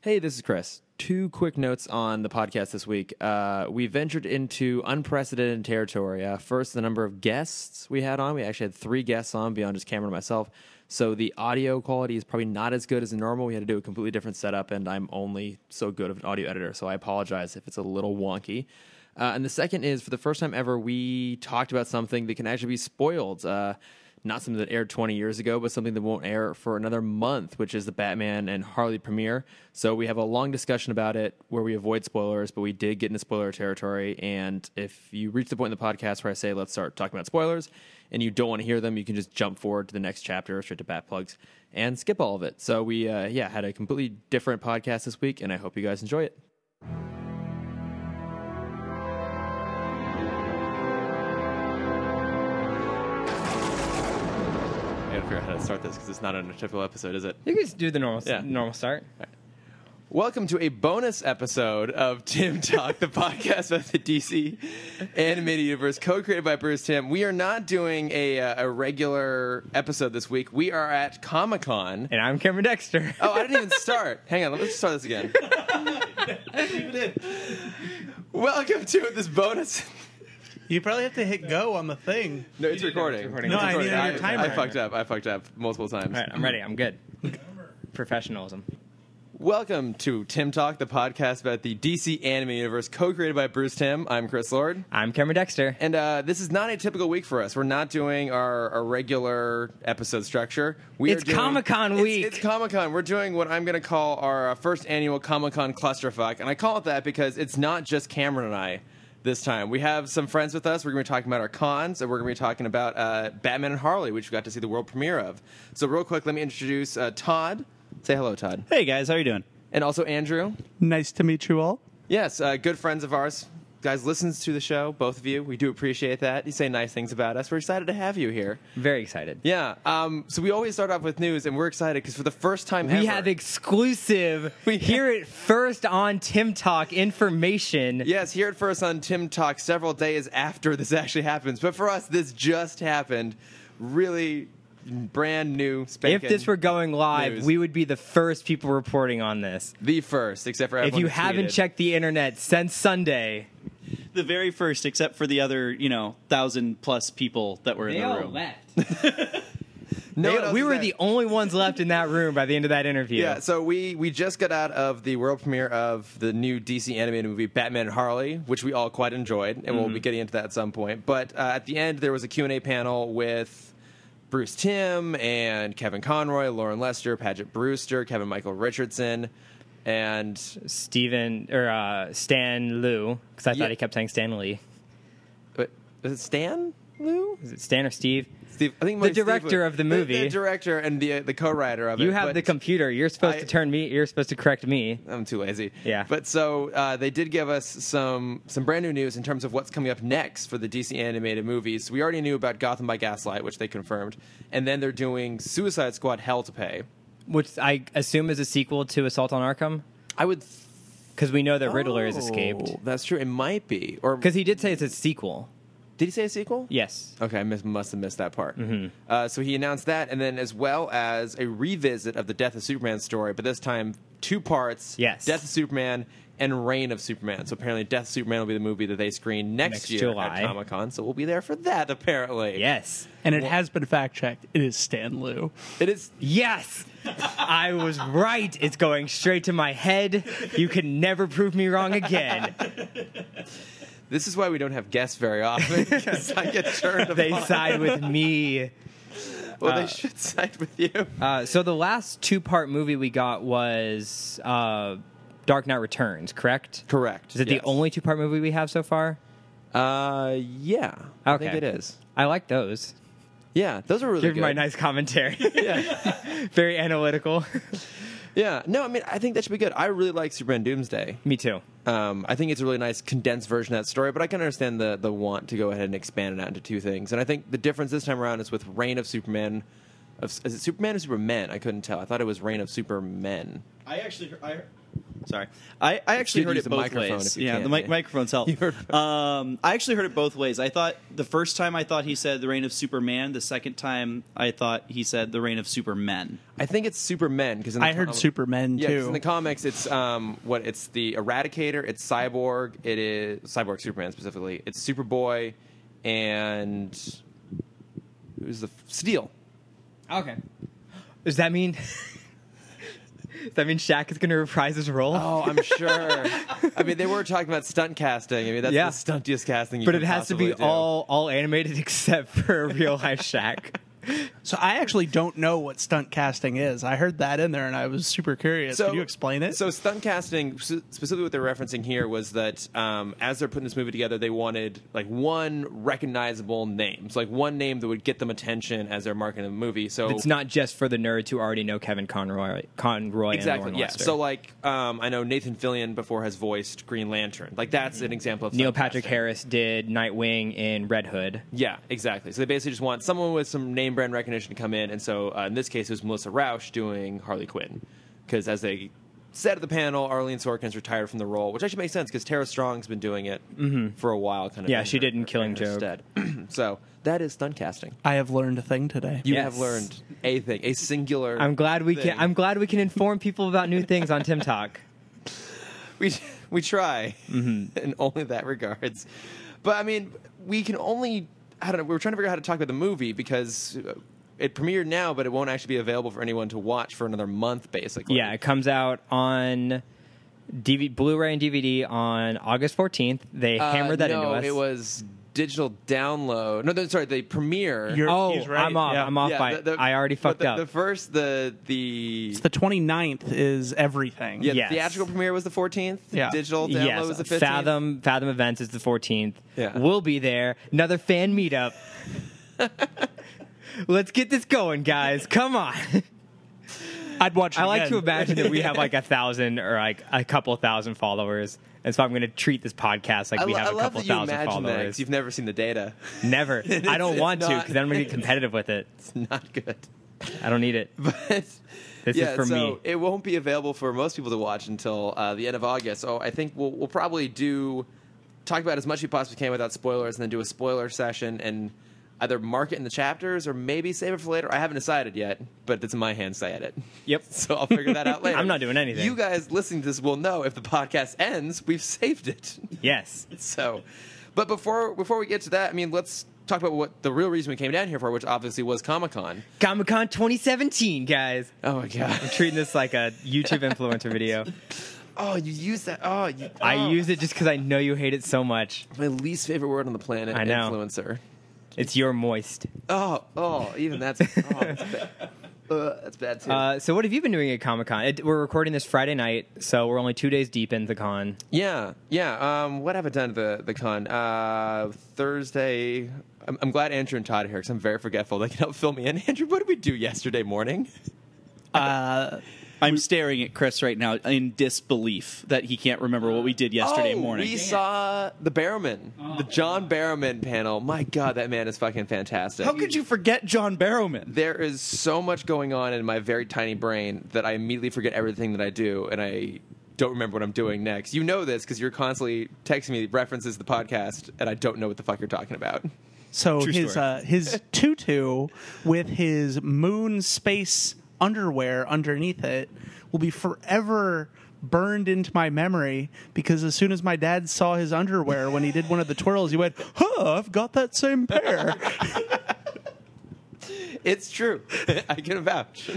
Hey, this is Chris. Two quick notes on the podcast this week. Uh, we ventured into unprecedented territory. Uh, first, the number of guests we had on. We actually had three guests on beyond just Cameron and myself. So the audio quality is probably not as good as normal. We had to do a completely different setup, and I'm only so good of an audio editor. So I apologize if it's a little wonky. Uh, and the second is for the first time ever, we talked about something that can actually be spoiled. Uh, not something that aired 20 years ago, but something that won't air for another month, which is the Batman and Harley premiere. So we have a long discussion about it where we avoid spoilers, but we did get into spoiler territory. And if you reach the point in the podcast where I say, let's start talking about spoilers, and you don't want to hear them, you can just jump forward to the next chapter, straight to Bat Plugs, and skip all of it. So we, uh, yeah, had a completely different podcast this week, and I hope you guys enjoy it. I gotta figure out how to start this because it's not a typical episode, is it? You can just do the normal Yeah. normal start. Welcome to a bonus episode of Tim Talk, the podcast about the DC animated universe, co-created by Bruce Tim. We are not doing a, uh, a regular episode this week. We are at Comic Con. And I'm Cameron Dexter. Oh, I didn't even start. Hang on, let me just start this again. Welcome to this bonus. You probably have to hit go on the thing. No, it's did that. recording. It's recording. No, It's I recording. needed your I, timer. I fucked up. I fucked up multiple times. All right, I'm ready. I'm good. Professionalism. Welcome to Tim Talk, the podcast about the DC anime universe, co-created by Bruce Tim. I'm Chris Lord. I'm Cameron Dexter. And uh, this is not a typical week for us. We're not doing our, our regular episode structure. We It's are doing- Comic-Con It's- week. It's, Comic Con. We're doing what I'm going to call our uh, first annual Comic Con clusterfuck, and I call it that because it's not just Cameron and I. This time we have some friends with us. We're going to be talking about our cons, and we're going to be talking about uh, Batman and Harley, which we got to see the world premiere of. So real quick, let me introduce uh, Todd. Say hello, Todd, Hey guys, how are you doing? and also Andrew. Nice to meet you all. Yes, uh, good friends of ours. Guys, listens to the show, both of you. We do appreciate that. You say nice things about us. We're excited to have you here. Very excited. Yeah. Um, so we always start off with news, and we're excited because for the first time We ever, have exclusive. We- hear it first on Tim Talk information. yes, here at first on Tim Talk, several days after this actually happens. But for us, this just happened. Really brand new. if Spanking, this were going live, news. we would be the first people reporting on this. the first, except for If everyone you who haven't tweeted. checked the internet since Sunday, The very first, except for the other, you know, thousand plus people that were in the room. left. no, one else we is were that- the only ones left in that room by the end of that interview. Yeah, so we we just got out of the world premiere of the new DC animated movie Batman and Harley, which we all quite enjoyed, and we'll Mm-hmm. be getting into that at some point. But uh, at the end, there was a Q and A panel with Bruce Tim and Kevin Conroy, Lauren Lester, Paget Brewster, Kevin Michael Richardson, and Steven or uh, Stan Liu, because I Yeah. thought he kept saying Stan Lee. but uh, is it Stan Lou? Is it Stan or Steve? Steve, I think it might The be Steve director Liu. of the The- movie. the director, and the the co-writer of it. You have but- the computer. You're supposed I- to turn me. You're supposed to correct me. I'm too lazy. Yeah. But so uh, they did give us some some brand new news in terms of what's coming up next for the DC animated movies. We already knew about Gotham by Gaslight, which they confirmed, and then they're doing Suicide Squad: Hell to Pay. Which I assume is a sequel to Assault on Arkham, I would. Th- because we know that Riddler has escaped. Oh, That's true. It might be. Or Because he did say it's a sequel. did he say a sequel? Yes. Okay, I miss, must have missed that part. Mm-hmm. Uh, so he announced that, and then as well as a revisit of the Death of Superman story, but this time two parts: Yes. Death of Superman and Reign of Superman. So apparently, Death of Superman will be the movie that they screen next, Next year July. at Comic Con. So we'll be there for that. Apparently, Yes. And it has been fact checked. It is Stan Liu. it is. Yes. I was right. It's going straight to my head. You can never prove me wrong again. This is why we don't have guests very often because I get turned. They upon. side with me. Well, they should side with you. Uh, so the last two-part movie we got was uh, Dark Knight Returns, correct? Correct. Is it yes. the only two-part movie we have so far? Uh, yeah. I think Okay. it is. I like those. Yeah, those are really Give good. my nice commentary. Yeah. Very analytical. Yeah, no, I mean, I think that should be good. I really like Superman Doomsday. Me too. Um, I think it's a really nice condensed version of that story, but I can understand the the want to go ahead and expand it out into two things. And I think the difference this time around is with Reign of Superman. Of, is it Superman or Superman? I couldn't tell. I thought it was Reign of Supermen. I actually, I, Sorry, I, I actually good to heard use it the both microphone if ways. you Yeah, can, the mic- eh? microphones help. You heard- Um, I actually heard it both ways. I thought the first time I thought he said the reign of Superman. The second time I thought he said the reign of Supermen. I think it's Supermen because I heard Superman Yeah, 'cause in too. the comics, it's um, what it's the Eradicator, it's Cyborg, it is Cyborg Superman specifically, it's Superboy, and who's the f- Steel? Okay. Does that mean? Does that mean Shaq is going to reprise his role? Oh, I'm sure. I mean, they were talking about stunt casting. I mean, that's Yeah. the stuntiest casting. You but it can has to be possibly do. all all animated except for real life Shaq. so I actually don't know what stunt casting is. I heard that in there and I was super curious. Could you explain it? So stunt casting, s- specifically what they're referencing here, was that um, as they're putting this movie together, they wanted like one recognizable name, so like one name that would get them attention as they're marketing the movie. So It's not just for the nerds who already know Kevin Conroy, Conroy, and exactly Warren yeah. Lester. So like um, I know Nathan Fillion before has voiced Green Lantern. Like that's an example of Neil stunt Patrick casting. Harris did Nightwing in Red Hood. Yeah, exactly. So they basically just want someone with some name brand recognition to come in, and so uh, in this case, it was Melissa Rauch doing Harley Quinn, because as they said at the panel, Arlene Sorkin's retired from the role, which actually makes sense because Tara Strong's been doing it for a while, kind of. Mm-hmm. Yeah, in she her- did in Killing her Joke. stead. so that is stunt casting. I have learned a thing today. You Yes. have learned a thing, a singular. I'm glad we thing. can. I'm glad we can inform people about new things on Tim Talk. we we try Mm-hmm. in only that regards but i mean we can only i don't know we were trying to figure out how to talk about the movie because uh, it premiered now but it won't actually be available for anyone to watch for another month basically Yeah, it comes out on DV- Blu-ray and DVD on August 14th. They Uh, hammered that no, into us. it was digital download no, no sorry the premiere You're- oh, He's right, I'm off. yeah. I'm off Yeah, by. the- the- I already but fucked the, up. the first the the It's the 29th is everything. yeah, the yes. theatrical premiere was the 14th Yeah. digital download yes, was the 15th Fathom Fathom Events is the 14th. Yeah. We'll be there. Another fan meetup. Let's get this going, guys. Come on. I'd watch it I like again. to imagine that we have like a thousand or like a couple thousand followers. And so I'm going to treat this podcast like I, we lo- have I a love couple that you thousand imagine that followers. 'cause you've never seen the data Never. I don't it's want to not- because then I'm going to get competitive with it. it's not good I don't need it. but This is yeah, for so me. it won't be available for most people to watch until uh, the end of August. So I think we'll, we'll probably do talk about as much as we possibly can without spoilers, and then do a spoiler session and either mark it in the chapters or maybe save it for later. I haven't decided yet, but it's in my hands to edit. Yep. So I'll figure that out later. I'm not doing anything. You guys listening to this will know if the podcast ends, we've saved it. Yes. So, but before before we get to that, I mean, let's talk about what the real reason we came down here for, which obviously was Comic Con. Comic Con 2017, guys. Oh my god. I'm treating this like a YouTube influencer video. Oh, you use that. Oh, you, I oh. use it just because I know you hate it so much. my least favorite word on the planet. I know. Influencer. It's your moist. Oh, oh, even that's oh, that's bad. Uh, that's bad too. Uh, so, what have you been doing at Comic Con? We're recording this Friday night, so we're only two days deep in the con. yeah, yeah. Um, what have I done at the the con? Uh, Thursday. I'm, I'm glad Andrew and Todd are here because I'm very forgetful. They can help fill me in. Andrew, what did we do yesterday morning? Uh, I'm staring at Chris right now in disbelief that he can't remember what we did yesterday Oh, morning. we saw the Barrowman, Oh. the John Barrowman panel. My God, that man is fucking fantastic. How could you forget John Barrowman? there is so much going on in my very tiny brain that I immediately forget everything that I do and I don't remember what I'm doing next. You know this because you're constantly texting me references to the podcast and I don't know what the fuck you're talking about. so True his story. uh, his tutu with his moon space underwear underneath it will be forever burned into my memory because as soon as my dad saw his underwear when he did one of the twirls, he went, "Huh, I've got that same pair." It's true. I can vouch.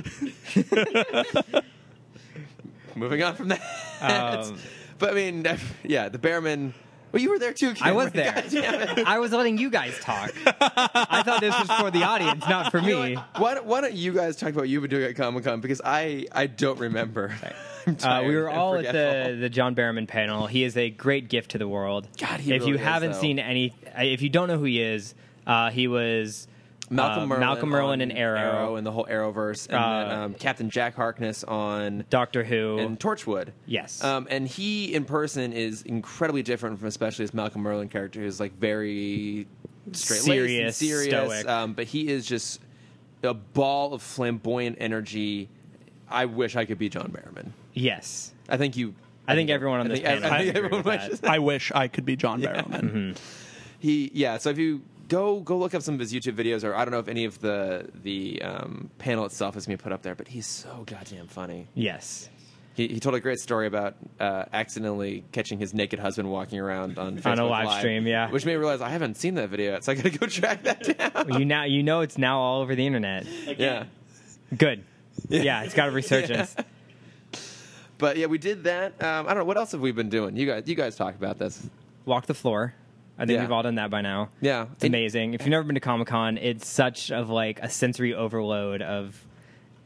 Moving on from that. Um, but I mean, yeah, the Bearman. Well, you were there too. I was Cameron. God there. damn it. I was letting you guys talk. I thought this was for the audience, not for me. Uh, Why don't, why don't you guys talk about what you've been doing at Comic Con? Because I, I don't remember. I'm Uh, we tired were and all at the, forgetful. the John Barrowman panel. He is a great gift to the world. God, he if really you is, haven't though. seen any, uh, if you don't know who he is, uh, he was Malcolm uh, Merlin, Malcolm Merlin, on and Arrow, and the whole Arrowverse, and then Uh, um, Captain Jack Harkness on Doctor Who. and Torchwood. Yes. um, and he in person is incredibly different from especially his Malcolm Merlin character, who's like very straight, Serious, serious. stoic. Um, but he is just a ball of flamboyant energy. I wish I could be John Barrowman. yes, I think you I think everyone on this think- I- I panel. think would agree everyone with wishes- that. I wish I could be John Barrowman. He yeah so if you go go look up some of his youtube videos or i don't know if any of the the um, panel itself is being put up there but he's so goddamn funny Yes. he, he told a great story about uh, accidentally catching his naked husband walking around on, On a Facebook live stream, yeah. which made me realize i haven't seen that video yet so i gotta go track that down Well, you now you know it's now all over the internet. yeah Good. Yeah, it's got a resurgence. but yeah we did that um, i don't know what else have we been doing you guys you guys talk about this Walk the floor. I think Yeah. we've all done that by now. yeah It's amazing. If you've never been to Comic Con, it's such of like a sensory overload of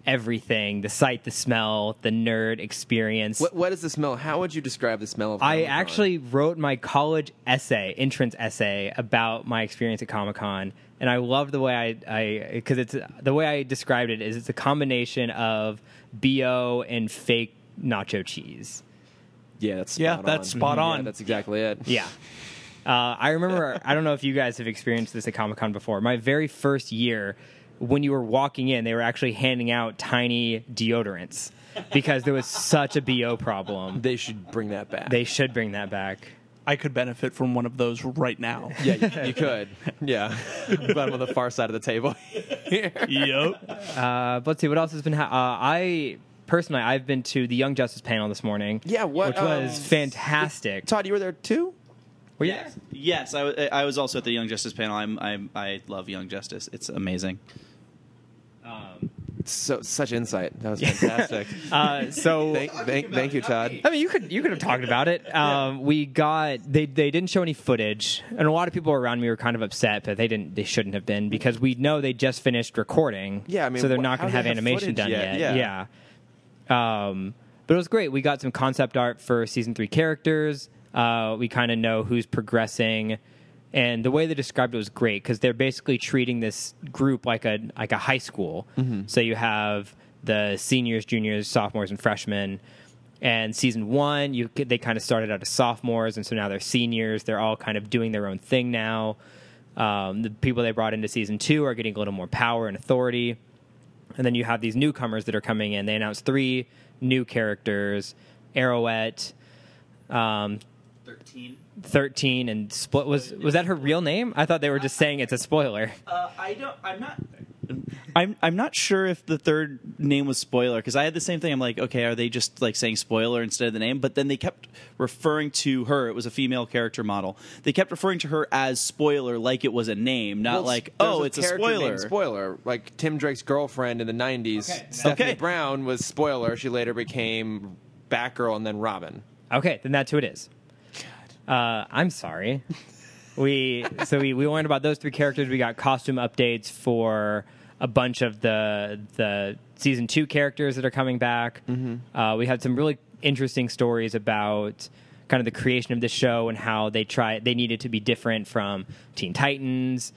everything: the sight, the smell, the nerd experience. what, what is the smell how would you describe the smell of I Comic-Con? actually wrote my college essay, entrance essay, about my experience at Comic Con, and I love the way I, I, because it's the way I described it is it's a combination of bo and fake nacho cheese. yeah that's Yeah, spot that's on. spot Yeah, on. that's exactly it Yeah. Uh, I remember, I don't know if you guys have experienced this at Comic Con before. My very first year, when you were walking in, they were actually handing out tiny deodorants because there was such a BO problem. they should bring that back They should bring that back. I could benefit from one of those right now. Yeah, you, you could. Yeah, but I'm on the far side of the table. yep. Uh, but let's see what else has been. Ha- uh, I personally, I've been to the Young Justice panel this morning. Yeah, what, which was um, fantastic. Todd, you were there too. Were you Yes, there? yes. I, w- I was also at the Young Justice panel. I'm, I'm I love Young Justice. It's amazing. So such insight. That was fantastic. Uh, so thank, thank, thank you, Todd. I mean, you could you could have talked about it. Um, We got they they didn't show any footage, and a lot of people around me were kind of upset, but they didn't they shouldn't have been because we know they just finished recording. Yeah, I mean, so they're wh- not how going they to have have footage animation done yet? yet. Yeah. Yeah. Um, but it was great. We got some concept art for season three characters. Uh, we kind of know who's progressing. And the way they described it was great because they're basically treating this group like a like a high school. So you have the seniors, juniors, sophomores, and freshmen. And season one, you could- they kind of started out as sophomores, and so now they're seniors. They're all kind of doing their own thing now. Um, the people they brought into season two are getting a little more power and authority. And then you have these newcomers that are coming in. They announced three new characters Arrowette, um, 13. 13, and Split. Was, was that her real name? I thought they were just saying it's a spoiler. Uh, I don't. I'm not. I'm I'm not sure if the third name was spoiler because I had the same thing. I'm like, okay, are they just like saying spoiler instead of the name? But then they kept referring to her. It was a female character model. They kept referring to her as spoiler, like it was a name, not Well, like there's oh, it's a character spoiler. named spoiler, like Tim Drake's girlfriend in the '90s, Stephanie Okay. Brown was spoiler. She later became Batgirl and then Robin. Okay, then that's who it is. Uh, I'm sorry. We so we, we learned about those three characters. We got costume updates for a bunch of the the season two characters that are coming back. Uh, we had some really interesting stories about kind of the creation of the show and how they try they needed to be different from Teen Titans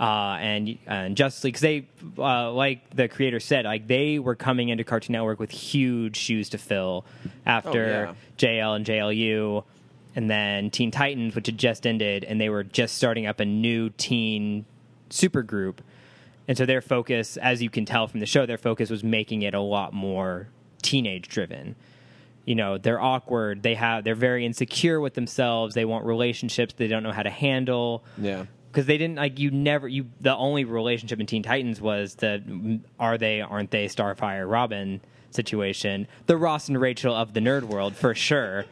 uh, and and Justice League because they uh, like the creator said like they were coming into Cartoon Network with huge shoes to fill after yeah. JL and JLU, and then Teen Titans, which had just ended, and they were just starting up a new teen supergroup. And so their focus, as you can tell from the show, their focus was making it a lot more teenage driven. You know, they're awkward. They have they're very insecure with themselves. They want relationships they don't know how to handle Yeah. because they didn't like you never you the only relationship in Teen Titans was the are they aren't they Starfire Robin situation the Ross and Rachel of the nerd world for sure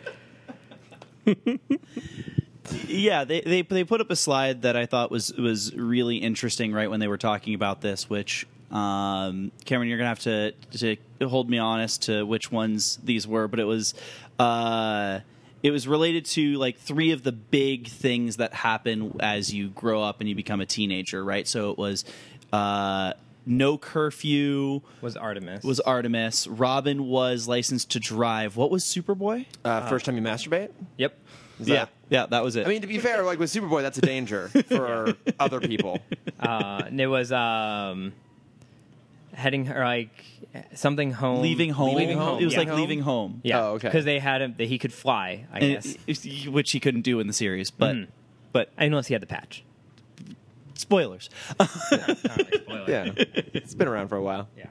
yeah, they, they they put up a slide that I thought was was really interesting right when they were talking about this, which um, Cameron, you're gonna have to to hold me honest to which ones these were, but it was uh, it was related to like three of the big things that happen as you grow up and you become a teenager, right? So it was uh, no curfew was Artemis was Artemis, Robin was licensed to drive. What was Superboy? Uh, first time you masturbate. yep that- yeah, yeah, that was it. I mean, to be fair, like with Superboy, that's a danger for other people. uh, and it was um heading her like something home leaving home. Leaving home, It was yeah. like leaving home. yeah Oh, okay. because they had him that he could fly I And- guess Hmm. which he couldn't do in the series, but Mm. but unless he had the patch spoilers. Yeah, it's been around for a while. yeah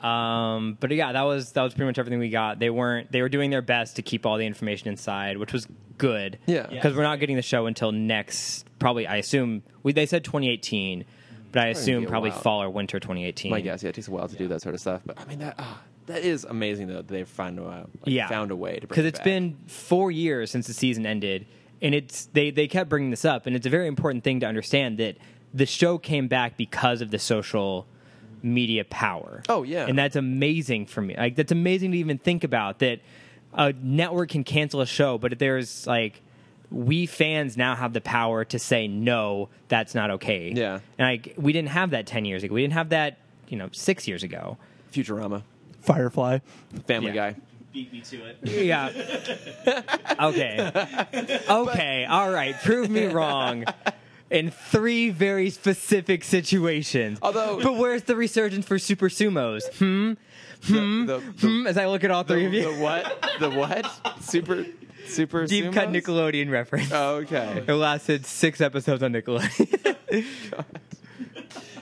Um, but yeah, that was that was pretty much everything we got. They weren't they were doing their best to keep all the information inside, which was good. Yeah. because we're not getting the show until next probably. I assume we they said 2018, but I assume be a probably while. fall or winter 2018. My guess, yeah, it takes a while to do that sort of stuff. But I mean, that ah, that is amazing though. that They've found a like, yeah, found a way to because bring it it's back. been four years since the season ended, and it's they they kept bringing this up, and it's a very important thing to understand that the show came back because of the social media power. Oh, yeah. and that's amazing for me. Like that's amazing to even think about that a network can cancel a show, but if there's like we fans now have the power to say no, that's not okay. Yeah. and like we didn't have that ten years ago. We didn't have that you know six years ago. Futurama, Firefly. Family Yeah. Guy. Beat me to it. Yeah. Okay. Okay. All right. Prove me wrong. In three very specific situations. Although- but where's the resurgence for super sumos? Hmm. The, the, Hmm. As I look at all the, three of the you, what? The what? Super, super. deep cut sumos? Nickelodeon reference. Oh, okay. It lasted six episodes on Nickelodeon.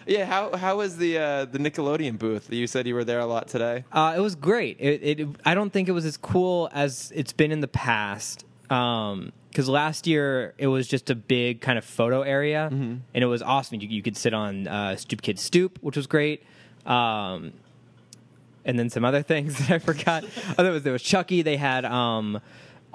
Yeah. How how was the uh, the Nickelodeon booth? You said you were there a lot today. Uh, it was great. It, it, I don't think it was as cool as it's been in the past. Because last year it was just a big kind of photo area, Mm-hmm. and it was awesome. You, you could sit on uh, Stoop Kid Stoop, which was great. Um, and then some other things that I forgot. oh, there was there was Chucky. They had um,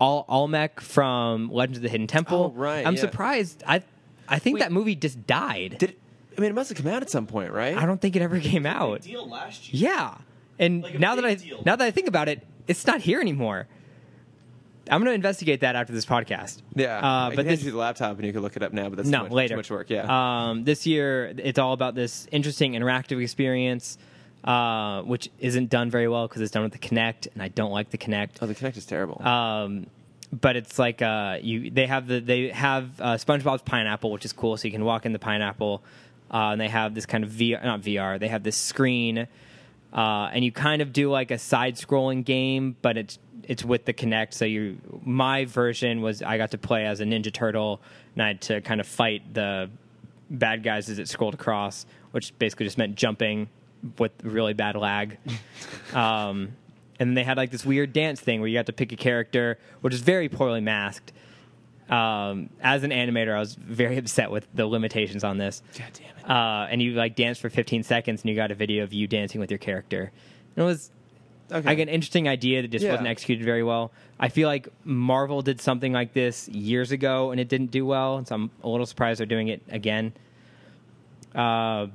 Al Almec from Legends of the Hidden Temple. Oh, right, I'm yeah. surprised. I I think that movie just died. Did it, I mean it must have come out at some point, right? I don't think it ever came out. Deal last year. Yeah, and Like a now that I big deal. now that I think about it, it's not here anymore. I'm going to investigate that after this podcast. Yeah, uh, I but can hand this you the laptop and you can look it up now. But that's no too much, later Too much work. Yeah. Um, this year it's all about this interesting interactive experience, uh, which isn't done very well because it's done with the Kinect, and I don't like the Kinect. oh, the Connect is terrible. Um, but it's like uh, you they have the they have uh, SpongeBob's pineapple, which is cool. So you can walk in the pineapple, uh, and they have this kind of VR not VR. They have this screen, uh, and you kind of do like a side-scrolling game, but it's it's with the Kinect. So you my version was I got to play as a Ninja Turtle, and I had to kind of fight the bad guys as it scrolled across, which basically just meant jumping with really bad lag. Um, and then they had like this weird dance thing where you got to pick a character, which is very poorly masked. Um, as an animator, I was very upset with the limitations on this. God damn it. Uh, and you like danced for 15 seconds, and you got a video of you dancing with your character. And it was okay. like an interesting idea that just Yeah. wasn't executed very well. I feel like Marvel did something like this years ago, and it didn't do well. And so I'm a little surprised they're doing it again. Uh,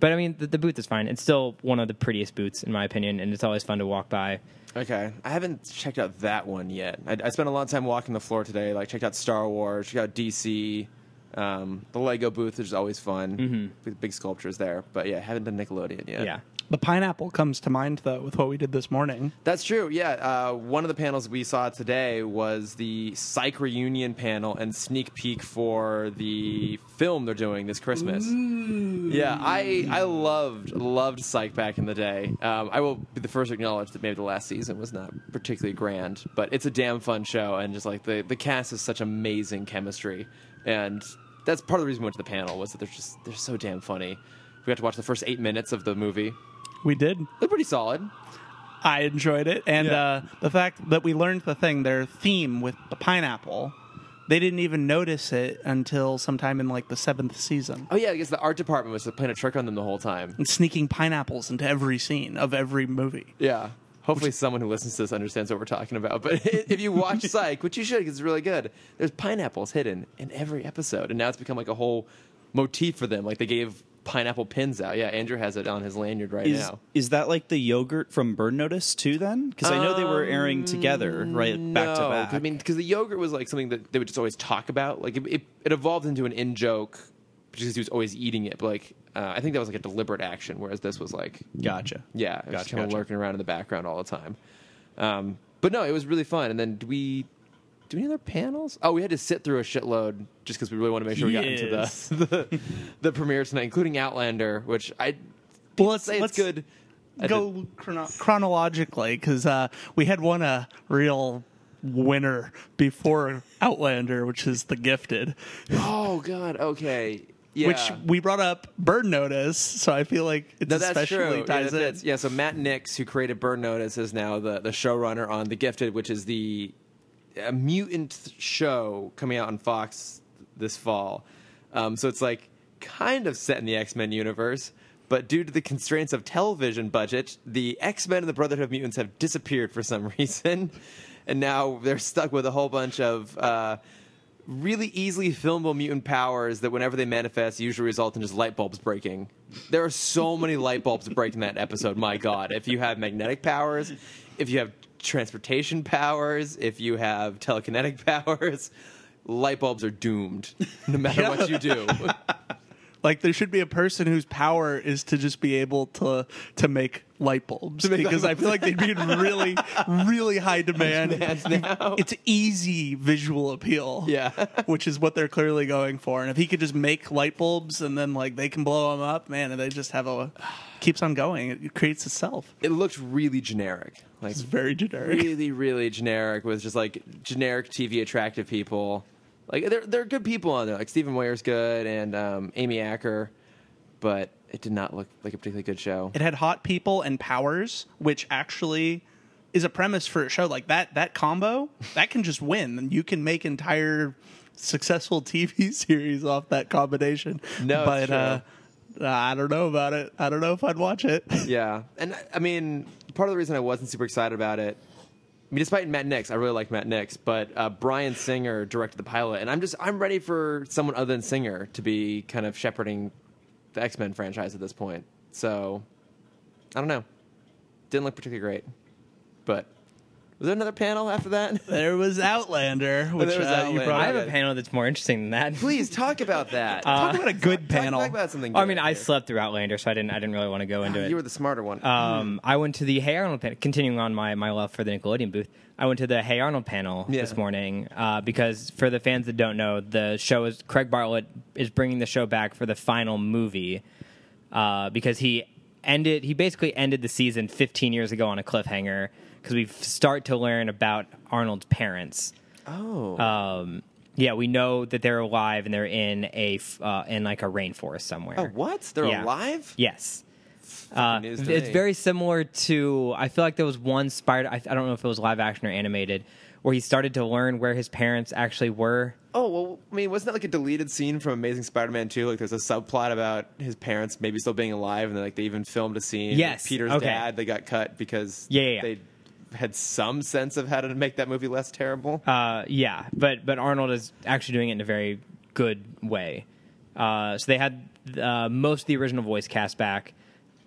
but I mean, the, the booth is fine. It's still one of the prettiest booths, in my opinion, and it's always fun to walk by. Okay, I haven't checked out that one yet. I, I spent a lot of time walking the floor today. Like checked out Star Wars, checked out DC, um, the Lego booth, which is always fun. Big, big sculptures there, but yeah, haven't done Nickelodeon yet. Yeah. The pineapple comes to mind though with what we did this morning. that's true. Yeah, uh, one of the panels we saw today was the Psych reunion panel and sneak peek for the film they're doing this Christmas. Yeah, I I loved loved Psych back in the day. Um, I will be the first to acknowledge that maybe the last season was not particularly grand, but it's a damn fun show, and just like the the cast is such amazing chemistry, and that's part of the reason we went to the panel was that they're just they're so damn funny. We got to watch the first eight minutes of the movie. We did. They're pretty solid. I enjoyed it, and Yeah. uh, the fact that we learned the thing, their theme with the pineapple, they didn't even notice it until sometime in like the seventh season. Oh yeah, I guess the art department was playing a trick on them the whole time. And sneaking pineapples into every scene of every movie. Yeah. Hopefully, someone who listens to this understands what we're talking about. But if you watch Psych, which you should, 'cause it's really good, there's pineapples hidden in every episode, and now it's become like a whole motif for them. Like they gave pineapple pins out. Yeah, Andrew has it on his lanyard right Is, now. is that like the yogurt from Burn Notice too? Then because I know they were airing together, right, back to No, back. 'cause I mean, because the yogurt was like something that they would just always talk about. Like it, it, it evolved into an in joke because he was always eating it. But like, uh, I think that was like a deliberate action, whereas this was like gotcha. Yeah, it was gotcha. kind of gotcha. lurking around in the background all the time. Um, but no, it was really fun. And then do we do any other panels? Oh, we had to sit through a shitload just because we really want to make sure we got into Yes. the, the the premiere tonight, including Outlander, which I Well, let's say it's good. I did- go chrono- chronologically because uh, we had one uh, real winner before Outlander, which is The Gifted. Oh God, okay. which Yeah. we brought up Bird Notice, so I feel like it No, that's especially true. Yeah, ties that in. fits. yeah, so Matt Nix, who created Burn Notice, is now the, the showrunner on The Gifted, which is the uh, mutant show coming out on Fox this fall. Um, so it's like kind of set in the X Men universe, but due to the constraints of television budget, the X Men and the Brotherhood of Mutants have disappeared for some reason, and now they're stuck with a whole bunch of. Uh, really easily filmable mutant powers that whenever they manifest usually result in just light bulbs breaking. There are so many light bulbs breaking that episode. My God, if you have magnetic powers, if you have transportation powers, if you have telekinetic powers, light bulbs are doomed no matter what you do. Like there should be a person whose power is to just be able to to make light bulbs because I feel like they'd be in really really high demand. That's now. It's easy visual appeal, Yeah. which is what they're clearly going for. And if he could just make light bulbs and then like they can blow them up, man, and they just have a keeps on going. It creates itself. It looked really generic. Like It's very generic. really, really generic with just like generic TV attractive people. Like there, there are good people on there. Like Stephen Weir's good and um, Amy Acker, but it did not look like a particularly good show. It had hot people and powers, which actually is a premise for a show like that. That combo that can just win, and you can make entire successful TV series off that combination. No, it's but true. uh, I don't know about it. I don't know if I'd watch it. Yeah, and I- I mean, part of the reason I wasn't super excited about it, I mean, despite Matt Nix, I really like Matt Nix, but uh, Brian Singer directed the pilot, and I'm just I'm ready for someone other than Singer to be kind of shepherding the X Men franchise at this point. So I don't know, didn't look particularly great, but was there another panel after that? There was Outlander, which there was uh, Outlander. you brought I have up. a panel that's more interesting than that. Oh, Please talk about that. Talk about a good talk, panel. talk about something. Uh, I good mean, I here. slept through Outlander, so I didn't. I didn't really want to go into it. Ah, You were the smarter one. Mm-hmm. Um, I went to the Hey Arnold panel. Continuing on my, my love for the Nickelodeon booth, I went to the Hey Arnold panel Yeah. this morning uh, because for the fans that don't know, the show is Craig Bartlett is bringing the show back for the final movie uh, because he ended he basically ended the season 15 years ago on a cliffhanger because we start to learn about Arnold's parents. oh, Um, yeah, we know that they're alive and they're in a f- uh, in like a rainforest somewhere. oh, what? They're uh, yeah. alive. Yes. Uh, news to it's me. very similar to. I feel like there was one spider. I, I don't know if it was live action or animated, where he started to learn where his parents actually were. Oh well, I mean, wasn't that like a deleted scene from Amazing Spider-Man 2? Like, there's a subplot about his parents maybe still being alive, and then like they even filmed a scene. with Yes, Peter's okay. dad. They got cut because Yeah, yeah, yeah. they had some sense of how to make that movie less terrible. Uh, yeah, but but Arnold is actually doing it in a very good way. Uh, so they had uh, most of the original voice cast back,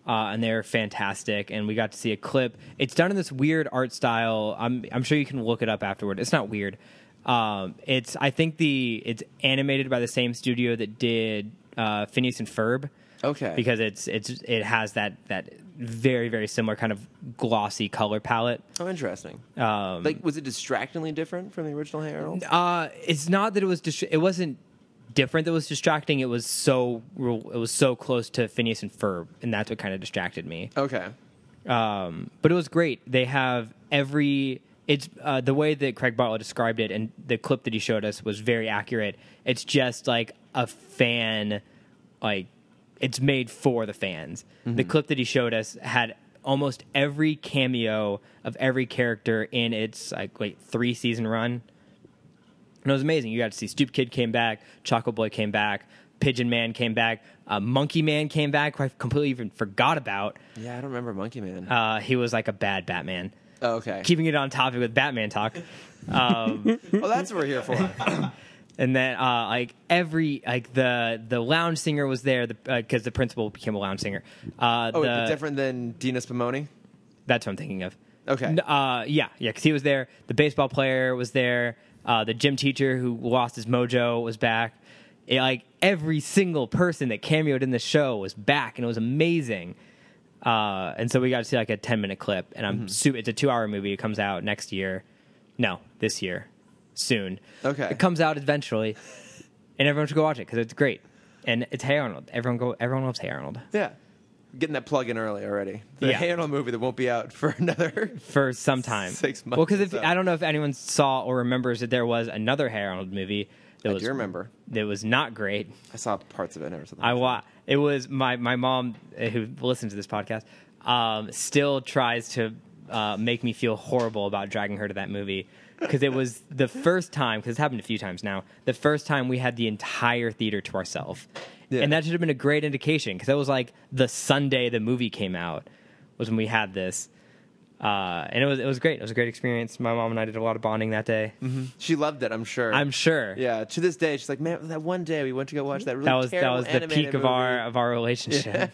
uh, and they're fantastic. And we got to see a clip. It's done in this weird art style. I'm I'm sure you can look it up afterward. It's not weird. Um, it's I think the it's animated by the same studio that did uh, Phineas and Ferb. Okay. because it's it's it has that that very very similar kind of glossy color palette. oh, interesting. Um, like, was it distractingly different from the original Harold? Uh, it's not that it was dist- it wasn't different that was distracting. It was so it was so close to Phineas and Ferb, and that's what kind of distracted me. Okay. Um, but it was great. They have every it's uh, the way that Craig Bartlett described it, and the clip that he showed us was very accurate. It's just like a fan, like it's made for the fans. The clip that he showed us had almost every cameo of every character in its like, like three season run. And it was amazing. You got to see Stoop Kid came back, Choco Boy came back, Pigeon Man came back, uh, Monkey Man came back, who I completely even forgot about. Yeah, I don't remember Monkey Man. Uh, he was like a bad Batman. oh, okay. Keeping it on topic with Batman talk. Um, well, that's what we're here for. and then uh, like every like the the lounge singer was there because the, uh 'cause the principal became a lounge singer. Uh, Oh, the- it's different than Dina Spumoni. That's what I'm thinking of. Okay. N- Uh, yeah, yeah, because he was there. The baseball player was there. Uh, the gym teacher who lost his mojo was back. It, like every single person that cameoed in the show was back, and it was amazing. Uh, and so we got to see like a 10 minute clip, and I'm Mm-hmm. su- it's a two hour movie. It comes out next year. No, this year, soon. Okay. It comes out eventually, and everyone should go watch it because it's great. And it's Hey Arnold. Everyone go. Everyone loves Hey Arnold Yeah. Getting that plug in early already. The Yeah. Harold movie that won't be out for another. for some time. Six months Well, because or so. I don't know if anyone saw or remembers that there was another Harold movie It I was, do remember. It was not great. I saw parts of it. I never saw the I wa- It was my my mom uh, who listens to this podcast um, still tries to uh, make me feel horrible about dragging her to that movie because it was the first time because it's happened a few times now. The first time we had the entire theater to ourselves, Yeah. and that should have been a great indication because that was like the Sunday the movie came out was when we had this. Uh, and it was it was great. It was a great experience. My mom and I did a lot of bonding that day. She loved it. I'm sure. I'm sure. Mm-hmm. Yeah. To this day, she's like, man, that one day we went to go watch that really That was that terrible was the animated peak of movie." our of our relationship.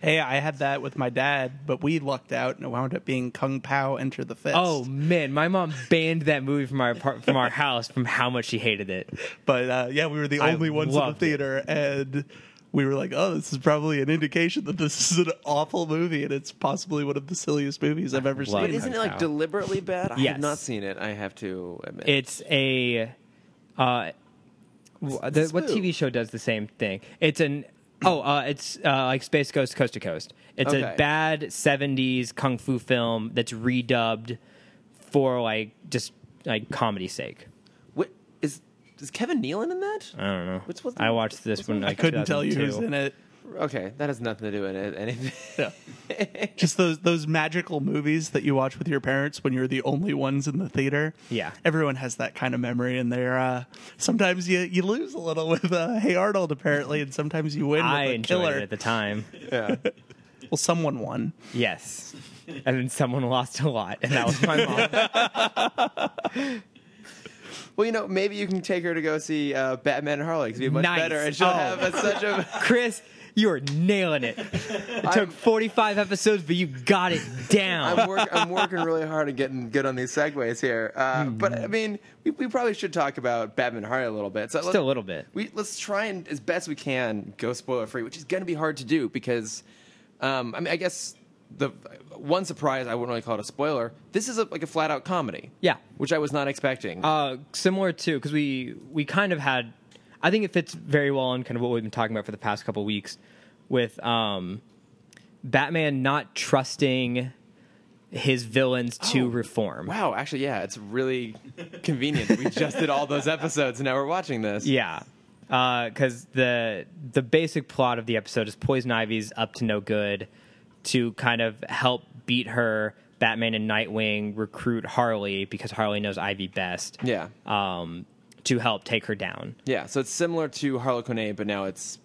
Hey, I had that with my dad, but we lucked out and it wound up being Kung Pao Enter the Fist. Oh man, my mom banned that movie from our apart- from our house from how much she hated it. But uh, yeah, we were the I only ones in the loved it. theater, and we were like, "Oh, this is probably an indication that this is an awful movie, and it's possibly one of the silliest movies I've ever Love But seen." isn't it Cow. like deliberately bad? I Yes. have not seen it. I have to admit. It's a uh, w- the, what TV show does the same thing? It's an oh, uh, it's uh, like Space Ghost Coast to Coast. It's Okay. a bad '70s kung fu film that's redubbed for like just like comedy sake. what is is Kevin Nealon in that? I don't know. What's- what's the- I watched this one. Like I couldn't tell you who's 2002. in it. Okay, that has nothing to do with it. Anything. Yeah. Just those those magical movies that you watch with your parents when you're the only ones in the theater. Yeah. everyone has that kind of memory, and they're uh, sometimes you you lose a little with uh, Hey Arnold apparently, and sometimes you win. With I the enjoyed killer. it at the time. yeah. Well, someone won. Yes. And then someone lost a lot, and that was my mom. Well, you know, maybe you can take her to go see uh, Batman and Harley. 'cause It'd be much Nice. better, and she'll Oh. have a, such a. Chris, you are nailing it. It took 45 episodes, but you got it down. I'm, work, I'm working really hard at getting good on these segues here. Uh, but Mm-hmm. I mean, we, we probably should talk about Batman and Harley a little bit. So Still a little bit. We let's try and as best we can go spoiler free, which is going to be hard to do because, um, I mean, I guess the one surprise I wouldn't really call it a spoiler. This is a, like a flat out comedy. Yeah. which I was not expecting. Uh, similar to because we we kind of had, I think it fits very well in kind of what we've been talking about for the past couple weeks, with um, Batman not trusting his villains to Oh, reform. wow, actually, yeah, it's really convenient. that we just did all those episodes, and now we're watching this. Yeah, because the the basic plot of the episode is Poison Ivy's up to no good to kind of help beat her. Batman and Nightwing recruit Harley because Harley knows Ivy best. yeah, Um, to help take her down. yeah. So it's similar to Harlequinade, but now it's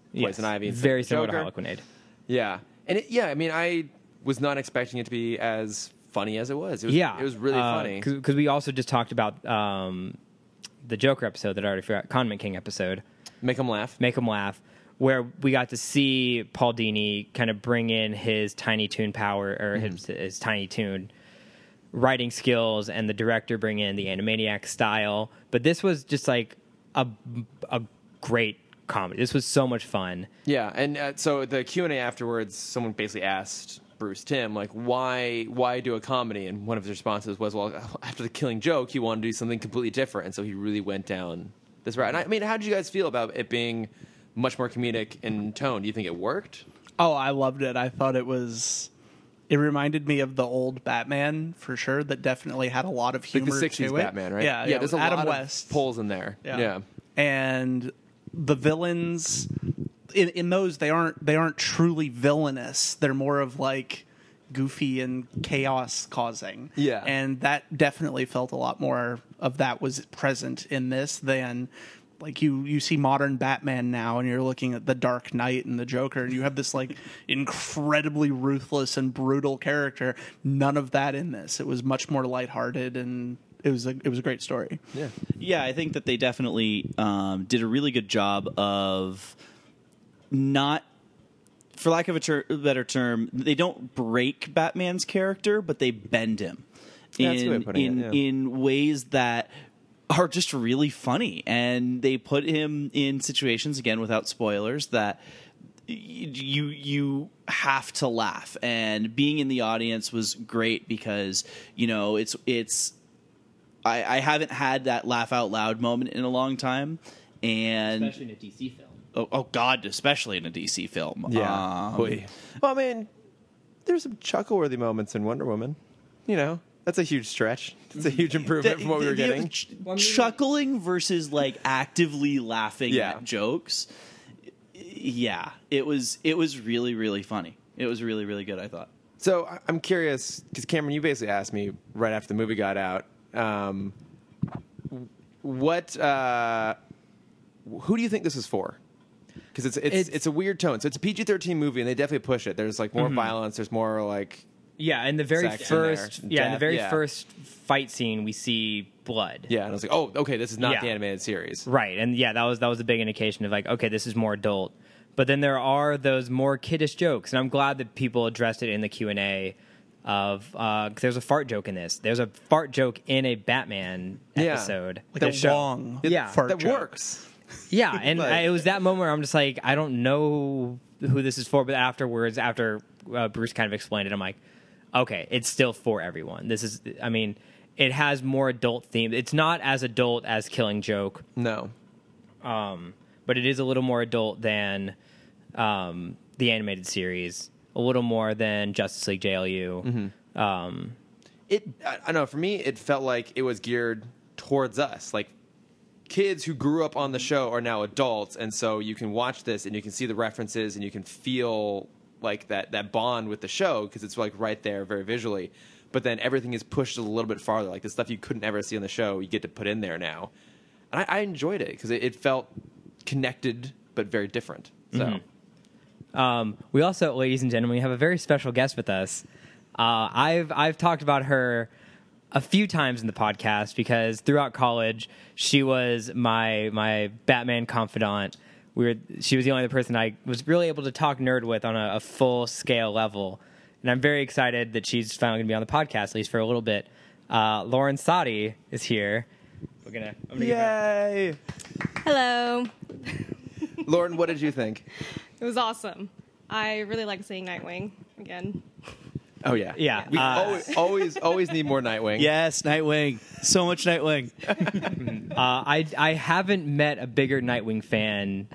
Yes. Poison Ivy. instead Very of the similar Joker. to Harlequinade. Yeah, and it, yeah, I mean, I was not expecting it to be as funny as it was. It was Yeah, uh, it was really funny. because we also just talked about um, the Joker episode that I already forgot, Conman King episode. Make them laugh. Make Them Laugh, where we got to see Paul Dini kind of bring in his Tiny Toon power or his, his Tiny Toon writing skills, and the director bring in the Animaniac style. But this was just like a a great comedy. This was so much fun. Yeah, and uh, so the Q and A afterwards, someone basically asked Bruce Tim like, "Why, why do a comedy?" And one of his responses was, "Well, after the Killing Joke, he wanted to do something completely different, and so he really went down this route." And I, I mean, how did you guys feel about it being much more comedic in tone? Do you think it worked? Oh, I loved it. I thought it was. It reminded me of the old Batman for sure. That definitely had a lot of Like humor the '60s to it. Batman, right? Yeah, yeah. There's a Adam lot West. of poles in there. yeah. and the villains in, in those they aren't they aren't truly villainous. They're more of like goofy and chaos causing. Yeah. and that definitely felt a lot more of that was present in this than. Like you, you see modern Batman now, and you're looking at the Dark Knight and the Joker, and you have this like incredibly ruthless and brutal character. None of that in this. It was much more lighthearted, and it was a, it was a great story. Yeah, I think that they definitely um, did a really good job of not, for lack of a ter- better term, they don't break Batman's character, but they bend him Yeah, that's a good way of in putting in, it, yeah. in ways that are just really funny, and they put him in situations again without spoilers that y- you you have to laugh and being in the audience was great because you know it's it's I, I haven't had that laugh out loud moment in a long time, and in a DC film. oh, oh god, especially in a DC film. Um, Boy. Well, I mean, there's some chuckle-worthy moments in Wonder Woman. You know, That's a huge stretch. It's a huge improvement from what we were the- the- getting. ch- chuckling versus like actively laughing Yeah. at jokes. Yeah, it was it was really really funny. It was really really good. I thought. So I- I'm curious because Cameron, you basically asked me right after the movie got out, um, what, uh, who do you think this is for? Because it's, it's it's It's- a weird tone. So it's a PG-13 movie, and they definitely push it. There's like more violence. There's more like Yeah, in the very Sex in first, there, yeah, in death, the very yeah. first fight scene, we see blood. yeah. And I was like, oh, okay, this is not Yeah. the animated series. Right, and yeah, that was that was a big indication of like, okay, this is more adult. But then there are those more kiddish jokes, and I'm glad that people addressed it in the Q and A. Of uh, 'cause there's a fart joke in this. There's a fart joke in a Batman Yeah. episode. Like The a show. long Yeah. fart that joke. works. Yeah, and Like- I, it was that moment where I'm just like, I don't know who this is for, but afterwards, after uh, Bruce kind of explained it, I'm like, okay, it's still for everyone. This is, I mean, it has more adult themes. It's not as adult as Killing Joke, No, um, but it is a little more adult than um, the animated series, a little more than Justice League JLU. Um, it I, I don't know for me it felt like it was geared towards us like kids who grew up on the show are now adults and so you can watch this and you can see the references and you can feel like that that bond with the show because it's like right there very visually but then everything is pushed a little bit farther like the stuff you couldn't ever see on the show you get to put in there now and i, I enjoyed it because it, it felt connected but very different so Mm-hmm. Um, we also, ladies and gentlemen, we have a very special guest with us. Uh, I've I've talked about her a few times in the podcast because throughout college she was my my Batman confidant. We were she was the only other person I was really able to talk nerd with on a, a full scale level, and I'm very excited that she's finally going to be on the podcast at least for a little bit. Uh, Lauren Sadi is here. We're gonna, I'm gonna give her- yay Hello. lauren what did you think It was awesome. I really like seeing Nightwing again. oh yeah Yeah, we uh, always, always always need more nightwing Yes, Nightwing. So much Nightwing. Uh, I I haven't met a bigger Nightwing fan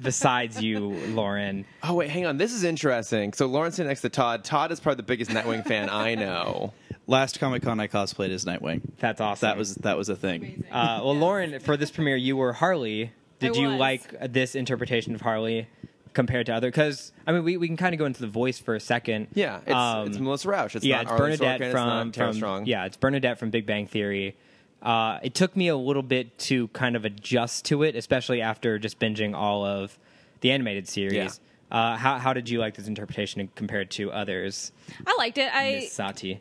besides you, Lauren. Oh wait, hang on. This is interesting. So Lawrence sitting next to Todd. Todd is probably the biggest Nightwing fan I know. Last Comic Con I cosplayed as Nightwing. That's awesome. That was that was a thing. uh, well, Lauren. For this premiere, you were Harley. Did I you was. like this interpretation of Harley compared to other? Because I mean, we, we can kind of go into the voice for a second. Yeah, it's, Um, it's Melissa Rauch. It's not yeah, it's Arlen Bernadette Sorkin, from, it's not Tara from- Strong. yeah, it's Bernadette from Big Bang Theory. Uh, it took me a little bit to kind of adjust to it, especially after just binging all of the animated series. Yeah. Uh, how how did you like this interpretation compared to others, I liked it. I Miss Sati?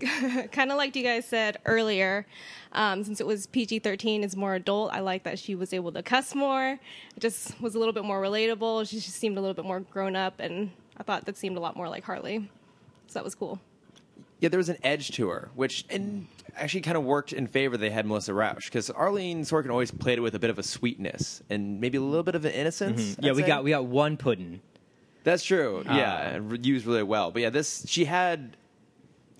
kind of liked you guys said earlier, um, since it was PG 13, it's more adult. I like that she was able to cuss more. It just was a little bit more relatable. She just seemed a little bit more grown up, and I thought that seemed a lot more like Harley. So that was cool. yeah. There was an edge to her, which and actually kind of worked in favor. They had Melissa Rauch because Arlene Sorkin always played it with a bit of a sweetness and maybe a little bit of an innocence. Mm-hmm. yeah, I'd we say. got we got one pudding. That's true. Um, yeah, re- used really well. But yeah, this she had.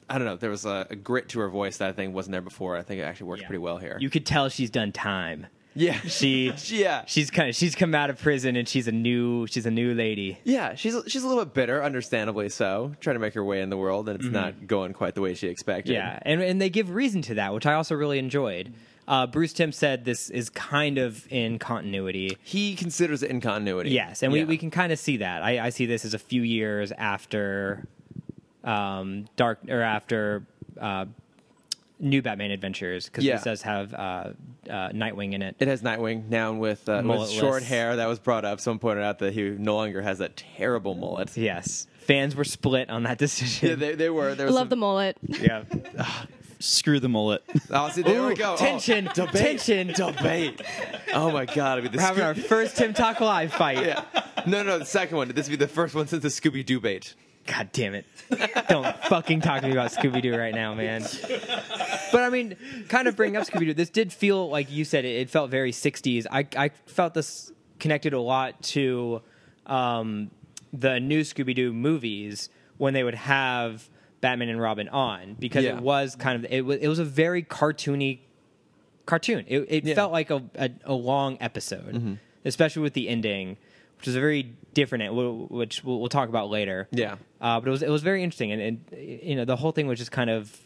I don't know. There was a, a grit to her voice that I think wasn't there before. I think it actually worked pretty well here. You could tell she's done time. yeah, She yeah. she's kind of she's come out of prison and she's a new she's a new lady. Yeah, she's she's a little bit bitter, understandably so, trying to make her way in the world, and it's not going quite the way she expected. Mm-hmm. Yeah, and and they give reason to that, which I also really enjoyed. Uh, Bruce Tim said this is kind of in continuity. he considers it in continuity. Yes, and Yeah. we, we can kind of see that. I, I see this as a few years after um, Dark or after uh, New Batman Adventures because Yeah. this does have uh, uh, Nightwing in it. It has Nightwing now with, uh, with Mulletless. short hair that was brought up. Someone pointed out that he no longer has that terrible mullet. Yes, fans were split on that Yeah, decision. they, they were. There I was love the mullet. Yeah, Screw the mullet. Oh, see, there we Ooh, go. Oh, tension, tension. debate. Oh my god, it'd be We're the having Scoo- our first Tim Talk Live fight. yeah. No, no, the second one. This would be the first one since the Scooby Doo bait. God damn it. Don't fucking talk to me about Scooby Doo right now, man. But I mean, kind of bring up Scooby Doo. This did feel, like you said, it, it felt very 60s. I, I felt this connected a lot to um, the new Scooby Doo movies when they would have Batman and Robin on because Yeah. it was kind of, it was, it was a very cartoony cartoon. It, it Yeah. Mm-hmm. felt like a, a, a long episode, especially with the ending, which is a very different, wh- which we'll, we'll talk about later. Yeah. Uh, but it was it was very interesting, and, and you know the whole thing was just kind of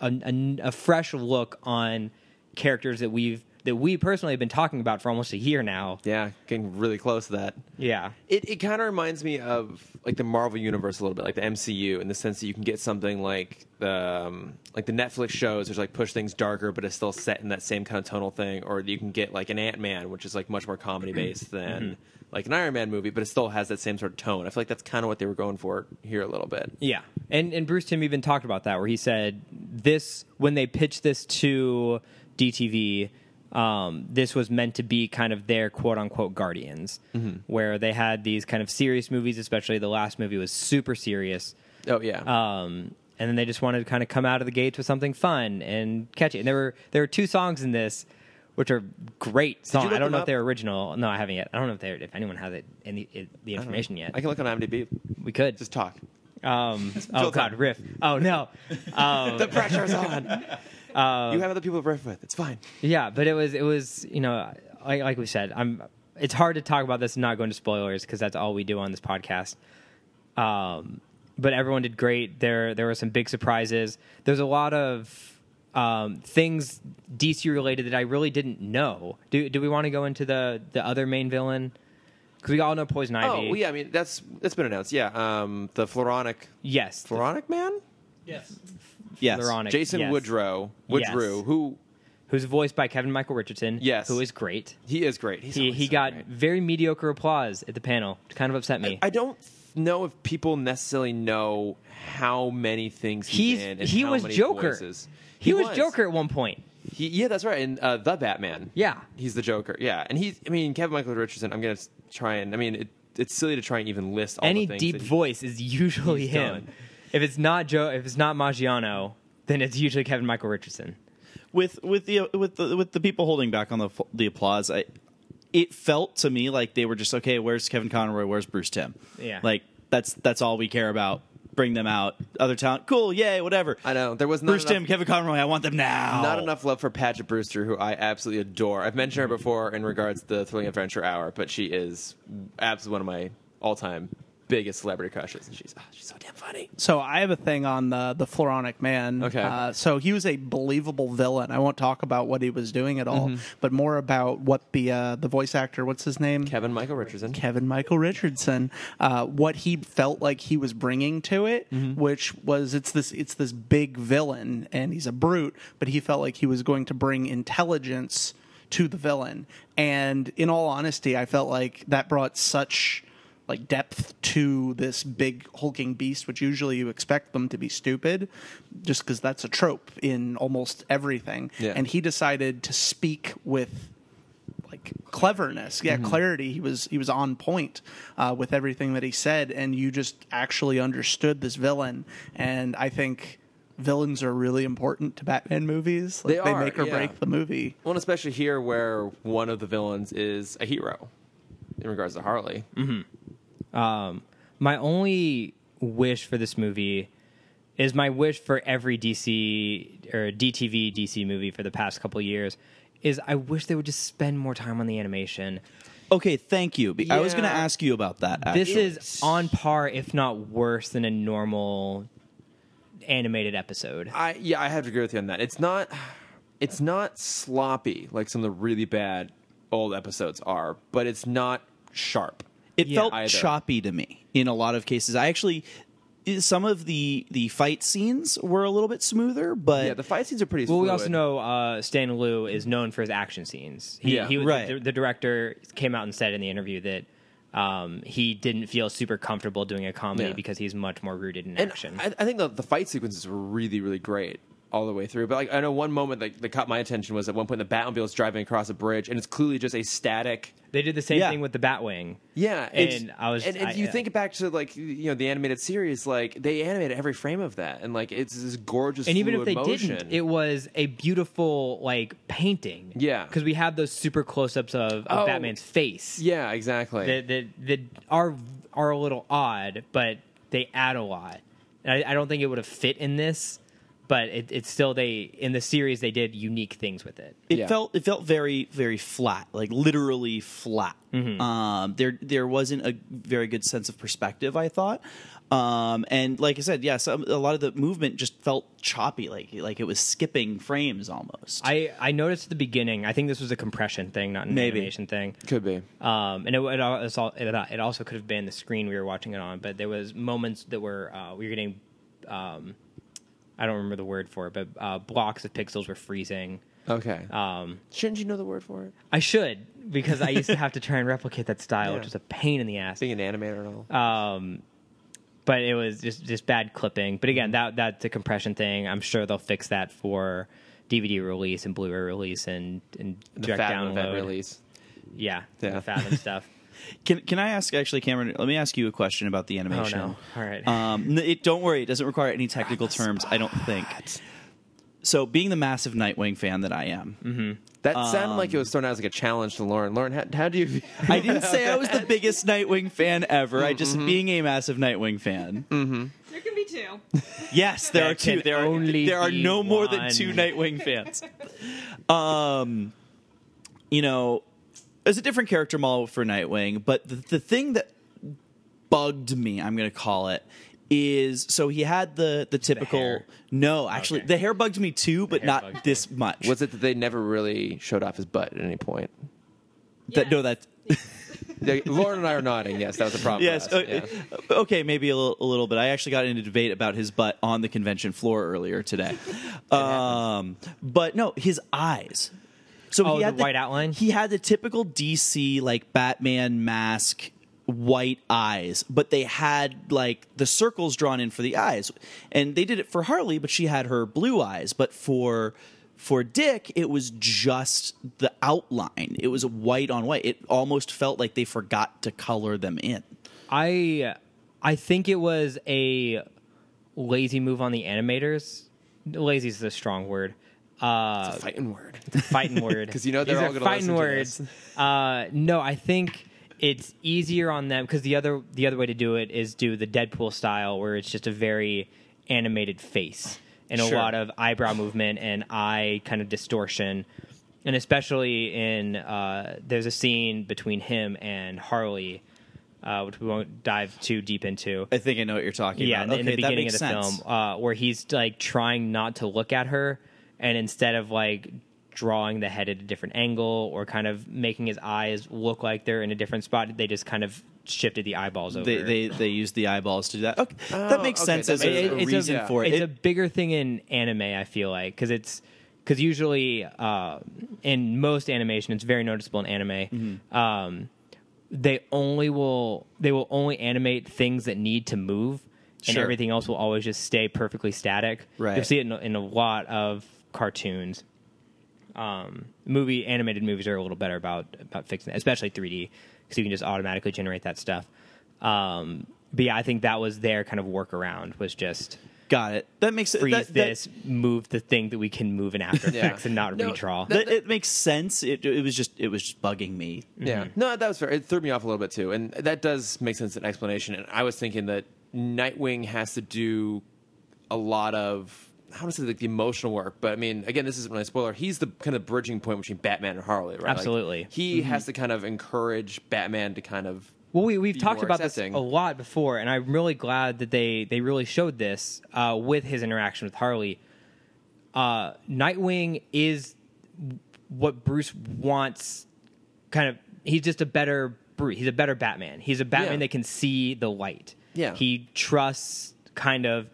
a, a, a fresh look on characters that we've that we personally have been talking about for almost a year now. Yeah, getting really close to that. Yeah. It, it kind of reminds me of like the Marvel universe a little bit, like the MCU, in the sense that you can get something like the um, like the Netflix shows, which like push things darker, but it's still set in that same kind of tonal thing, or you can get like an Ant Man, which is like much more comedy based than like an Iron Man movie, but it still has that same sort of tone. I feel like that's kind of what they were going for here a little bit. Yeah, and and Bruce Tim even talked about that, where he said this when they pitched this to DTV, um, this was meant to be kind of their quote unquote guardians, where they had these kind of serious movies, especially the last movie was super serious, Oh yeah, um, and then they just wanted to kind of come out of the gates with something fun and catchy. And there were there were two songs in this. Which are great songs. look I don't them know up? if they're original. No, I haven't yet. I don't know if they are if anyone has it in the, in the information yet. I can look on IMDb. we could. Just talk. Um, oh Phil God, Collins. riff. Oh no. Um, The pressure's on. you have other people to riff with. It's fine. yeah, but it was it was you know like, like we said, I'm. It's hard to talk about this and not go into spoilers because that's all we do on this podcast. Um, but everyone did great. There there were some big surprises. There's a lot of um, things DC related that I really didn't know. Do do we want to go into the the other main villain? Because we all know Poison Ivy. Oh well, yeah, I mean that's that's been announced. Yeah, um, the Floronic Yes. Floronic man, Yes. Yes. Floronic, Jason yes. Woodrow Woodrow, Yes. who Who's voiced by Kevin Michael Richardson. Yes. Who is great. he is great. He's he, always he so got great. very mediocre applause at the panel, which kind of upset me. I don't know if people necessarily know how many things he's, in and he's he how was many Joker. voices. He, was, Joker at one point. He, yeah, that's right. And uh, the Batman. Yeah. he's the Joker. Yeah, and he's. I mean, Kevin Michael Richardson. I'm gonna s- try and. I mean, it, it's silly to try and even list all Any the things deep that he- voice is usually he's him. done. If it's not Joe, if it's not Maggiano, then it's usually Kevin Michael Richardson. with with the with the with the people holding back on the f- the applause i it felt to me like they were just okay where's kevin conroy where's bruce tim Yeah. like that's that's all we care about bring them out other talent cool yay whatever I know there was not bruce enough, tim kevin conroy i want them now Not enough love for Padgett Brewster, who I absolutely adore. I've mentioned her before in regards to the Thrilling Adventure Hour, but she is absolutely one of my all-time biggest celebrity crushes, and she's ah, she's so damn funny. So I have a thing on the the Floronic Man. Okay. Uh, so he was a believable villain. I won't talk about what he was doing at all, but more about what the uh, the voice actor. What's his name? Kevin Michael Richardson. Kevin Michael Richardson, uh, what he felt like he was bringing to it, which was it's this it's this big villain and he's a brute, but he felt like he was going to bring intelligence to the villain. And in all honesty, I felt like that brought such like depth to this big hulking beast, which usually you expect them to be stupid, just because that's a trope in almost everything. Yeah. And he decided to speak with like cleverness Mm-hmm. yeah clarity he was he was on point uh, with everything that he said and you just actually understood this villain and i think villains are really important to batman movies like They they, are, make or yeah. break the movie Well, and especially here where one of the villains is a hero in regards to Harley. My only wish for this movie is my wish for every DC or DTV DC movie for the past couple years is I wish they would just spend more time on the animation. okay thank you Be- i was going to Yeah. ask you about that This actually. is on par, if not worse, than a normal animated episode. I yeah, I have to agree with you on that. It's not it's not sloppy like some of the really bad old episodes are, but it's not sharp. It Yeah. felt Either. choppy to me in a lot of cases. I actually some of the the fight scenes were a little bit smoother, but Yeah, the fight scenes are pretty. Well, we fluid. also know uh, Stan Liu is known for his action scenes. He, Yeah, he was right. the, the director came out and said in the interview that um, he didn't feel super comfortable doing a comedy Yeah. because he's much more rooted in and action. I, I think the, the fight sequences were really really great all the way through. But like I know one moment that, that caught my attention was at one point the Batmobile is driving across a bridge and it's clearly just a static they did the same Yeah. thing with the Batwing. Yeah, it's- and I was. and, and I- you uh, think back to like you know the animated series, like they animated every frame of that, and like it's this gorgeous. and even if fluid they motion. didn't, it was a beautiful like painting. Yeah. because we have those super close-ups of, of Oh. Batman's face yeah, exactly. that, that that are are a little odd, but they add a lot. And I, I don't think it would have fit in this, but it, it's still they in the series they did unique things with it. it Yeah. felt it felt very very flat like literally flat Mm-hmm. um there there wasn't a very good sense of perspective i thought um and like i said yeah some, a lot of the movement just felt choppy like like it was skipping frames almost I I noticed at the beginning. I think this was a compression thing, not an Maybe. animation thing. Could be. Um, and it, it, al- it's al- it, it also could have been the screen we were watching it on, but there was moments that were uh, we were getting, um, I don't remember the word for it, but uh, blocks of pixels were freezing. Okay. Um, Shouldn't you know the word for it? I should because I used to have to try and replicate that style, Yeah. which was a pain in the ass. Being an animator and all. Um, but it was just just bad clipping. But again, Mm-hmm. that that's a compression thing. I'm sure they'll fix that for DVD release and Blu-ray release and and the direct Fathom download. event release. Yeah, Yeah. the Fathom stuff. can can i ask actually cameron let me ask you a question about the animation Oh, no. All right. Uh, um n- it don't worry it doesn't require any technical terms i don't think so being the massive nightwing fan that i am That sounded Um, like it was thrown out as like a challenge to Lauren. Lauren, how, how do you? Mm-hmm. I didn't say I was the biggest Nightwing fan ever. I just being a massive Nightwing fan. There can be two. Yes, there There are two. can There are only there are be no more than one. two Nightwing fans. Um, you know, it's a different character model for Nightwing, but the, the thing that bugged me, I'm going to call it, is so he had the the typical hair. no, actually Okay. the hair bugged me too, but hair bugged you. not this much. was it that they never really showed off his butt at any point? That- no, that They- Lauren and I are nodding. Yes, that was a problem. Yes. for us, uh, uh, Okay, maybe a little, a little bit. I actually got into debate about his butt on the convention floor earlier today. um, but no, his eyes. So Oh, he had the white outline? He had the typical DC like Batman mask white eyes, but they had like the circles drawn in for the eyes. And they did it for Harley, but she had her blue eyes, but for for Dick, it was just the outline. It was white on white. It almost felt like they forgot to color them in. I I think it was a lazy move on the animators. Lazy is a strong word. yeah. Uh, Fighting word. fighting word 'Cause you know they're These all are gonna fighting listen to words. Uh, no, I think it's easier on them because the other the other way to do it is do the Deadpool style where it's just a very animated face and Sure. a lot of eyebrow movement and eye kind of distortion. And especially in uh, there's a scene between him and Harley, uh, which we won't dive too deep into I think I know what you're talking yeah, in about. the- in the Okay, that beginning of makes the sense. film, uh, where he's like trying not to look at her, and instead of like drawing the head at a different angle or kind of making his eyes look like they're in a different spot, they just kind of shifted the eyeballs over. They, they they used the eyeballs to do that. Okay, that makes Oh, okay, sense that as makes a, sense. a It's a- reason for it. it's It- a bigger thing in anime, I feel like, because it's because usually uh, in most animation, it's very noticeable in anime. Mm-hmm. Um, they only will they will only animate things that need to move, and Sure. everything else will always just stay perfectly static. Right. You'll see it in, in a lot of cartoons. Um, movie animated movies are a little better about about fixing, that, especially 3D, because you can just automatically generate that stuff. Um, but yeah, I think that was their kind of workaround was just Got it. That makes freeze that, that- this, move the thing that we can move in After Yeah. Effects and not No, redraw. that- it makes sense. It, it was just it was just bugging me. Yeah. No, that was fair. It threw me off a little bit too, and that does make sense an explanation. And I was thinking that Nightwing has to do a lot of I don't want to say like the emotional work, but I mean, again, this isn't really a spoiler. He's the kind of bridging point between Batman and Harley, right? Like, Absolutely. he Mm-hmm. has to kind of encourage Batman to kind of Well, we we've be talked more about accepting. this a lot before, and I'm really glad that they they really showed this uh, with his interaction with Harley. Uh, Nightwing is what Bruce wants. Kind of, he's just a better Bruce. He's a better Batman. He's a Batman Yeah. that can see the light. Yeah. he trusts. Kind of,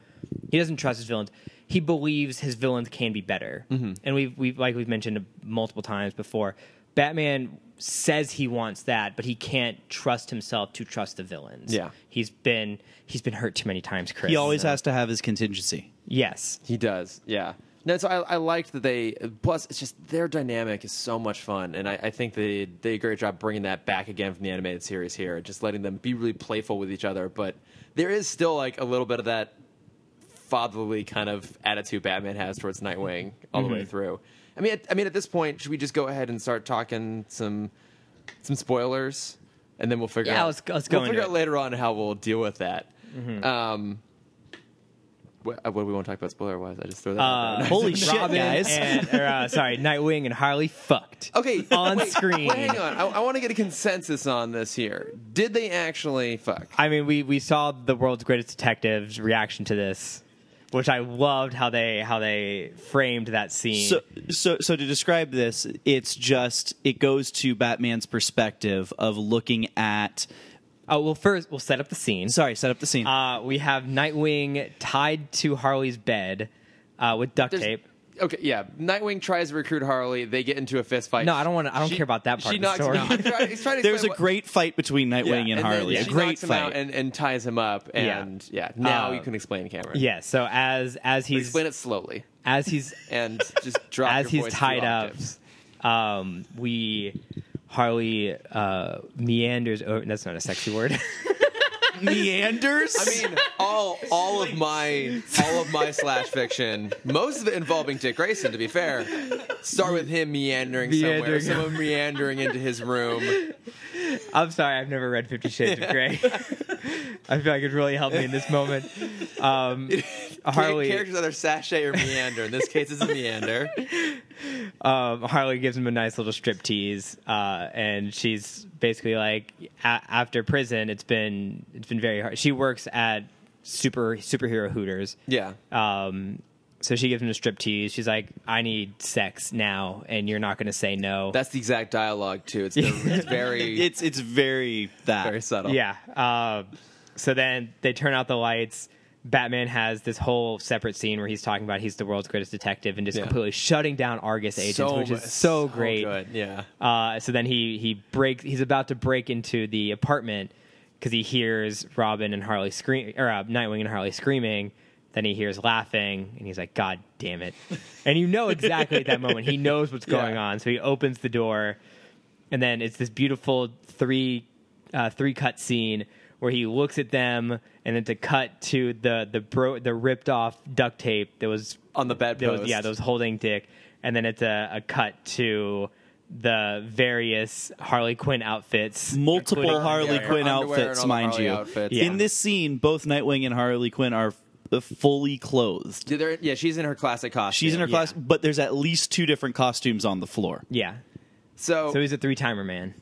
he doesn't trust his villains. He believes his villains can be better, Mm-hmm. and we've we've like we've mentioned multiple times before. Batman says he wants that, but he can't trust himself to trust the villains. Yeah. he's been he's been hurt too many times. Chris, He always has to have his contingency. yes. He does, yeah. No, so I, I liked that they. Plus, it's just their dynamic is so much fun, and I, I think they they did a great job bringing that back again from the animated series here, just letting them be really playful with each other. But there is still like a little bit of that fatherly kind of attitude Batman has towards Nightwing all the way through. I mean, at, I mean, at this point, should we just go ahead and start talking some some spoilers, and then we'll figure Yeah, out let's go- let's go we'll into figure out it. later on how we'll deal with that. Um, What, uh, what do we want to talk about spoiler wise? I just throw that. out Uh, there. holy shit, Robin guys. And, or, uh, sorry, Nightwing and Harley fucked. Okay, on wait, screen. Wait, hang on. I, I want to get a consensus on this here. Did they actually fuck? I mean, we we saw the world's greatest detective's reaction to this, which I loved how they how they framed that scene. So, so, so to describe this, it's just it goes to Batman's perspective of looking at. oh well, first we'll set up the scene. Sorry, set up the scene. Uh, we have Nightwing tied to Harley's bed uh, with duct There's- tape. Okay, yeah. Nightwing tries to recruit Harley. They get into a fist fight. No, I don't wanna- I don't She- care about that part She of the knocks story. Him out. I'm trying- he's trying to There's explain a what- great fight between Nightwing Yeah, and, then Harley. she a great knocks him out fight. and, and ties him up. Yeah. And yeah, now Uh, you can explain, Cameron. Yeah. So as as But he's explain it slowly as he's and just drop as your he's voice two tied up, octaves. um, we Harley uh, meanders over. That's not a sexy word. meanders. I mean, all all of my all of my slash fiction, most of it involving Dick Grayson. To be fair, start with him meandering, Meandering. somewhere, someone meandering into his room. I'm sorry, I've never read Fifty Shades of Grey. I feel like it really helped me in this moment. Um, Harley, characters either sashay or meander. In this case, it's a meander. um, Harley gives him a nice little strip tease, uh, and she's basically like, a- after prison, it's been it's been very hard. She works at super superhero Hooters, Yeah. um, so she gives him a strip tease. She's like, I need sex now, and you're not going to say no. That's the exact dialogue too. It's, it's very it's it's very that. very subtle. Yeah. Uh, so then they turn out the lights. Batman has this whole separate scene where he's talking about he's the world's greatest detective and just Yeah. completely shutting down Argus agents, which is mu- so great. good, Yeah. Uh, so then he he breaks. He's about to break into the apartment because he hears Robin and Harley scream, or uh, Nightwing and Harley screaming. Then he hears laughing, and he's like, "God damn it!" And you know exactly at that moment he knows what's going Yeah. on. So he opens the door, and then it's this beautiful three uh, three cut scene where he looks at them, and then to cut to the the bro- the ripped off duct tape that was On the that was- bedpost. yeah, that was holding Dick, and then it's a, a cut to the various Harley Quinn outfits. multiple including- Harley underwear. Quinn Underwear and outfits, all the mind Harley you. outfits. Yeah. In this scene, both Nightwing and Harley Quinn are f- fully clothed. Did there- yeah, she's in her classic costume. She's in her Yeah. class, but there's at least two different costumes on the floor. Yeah. So, So he's a three timer man.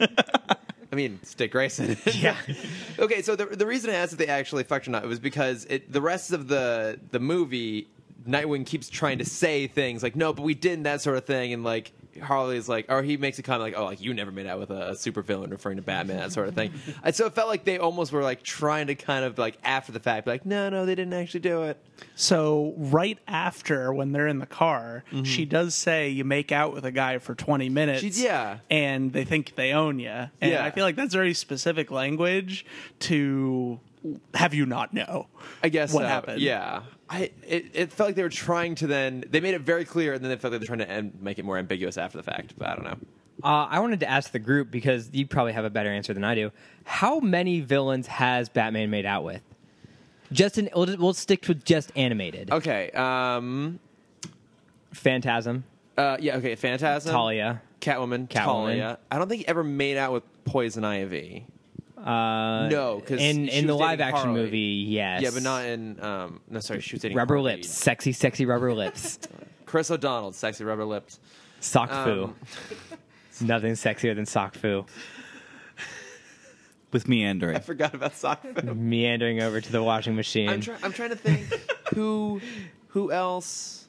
I mean, Dick Grayson. Yeah. okay, so the, the reason I asked if they actually fucked or not it was because it, the rest of the the movie, Nightwing keeps trying to say things like "No, but we didn't," that sort of thing, and like Harley's like, or he makes a comment like, "Oh, like you never made out with a, super villain," referring to Batman, that sort of thing. and so it felt like they almost were like trying to kind of like after the fact, be like, "No, no, they didn't actually do it." So right after when they're in the car, Mm-hmm. she does say you make out with a guy for 20 minutes. She- yeah. And they think they own you. And Yeah. I feel like that's very specific language to have you not know. I guess what so. happened. Uh, Yeah, I it, it felt like they were trying to then they made it very clear, and then it felt like they're trying to end, make it more ambiguous after the fact. But I don't know. Uh, I wanted to ask the group because you probably have a better answer than I do. How many villains has Batman made out with? Just in, we'll, we'll stick to just animated. Okay. Um. Phantasm, Uh. Yeah. Okay. Phantasm. Talia, Um, Catwoman. Talia. I don't think he ever made out with Poison Ivy. uh, No, 'cause in she in the was dating live action Harley. movie, yes, Yeah, but not in. Um. No, sorry. She was dating rubber Harley. lips, sexy, sexy rubber lips. Chris O'Donnell, sexy rubber lips. Sock Um, foo. Nothing sexier than sock foo. With meandering. Forgot about Sockfoo. Meandering over to the washing machine. I'm trying. I'm trying to think who who else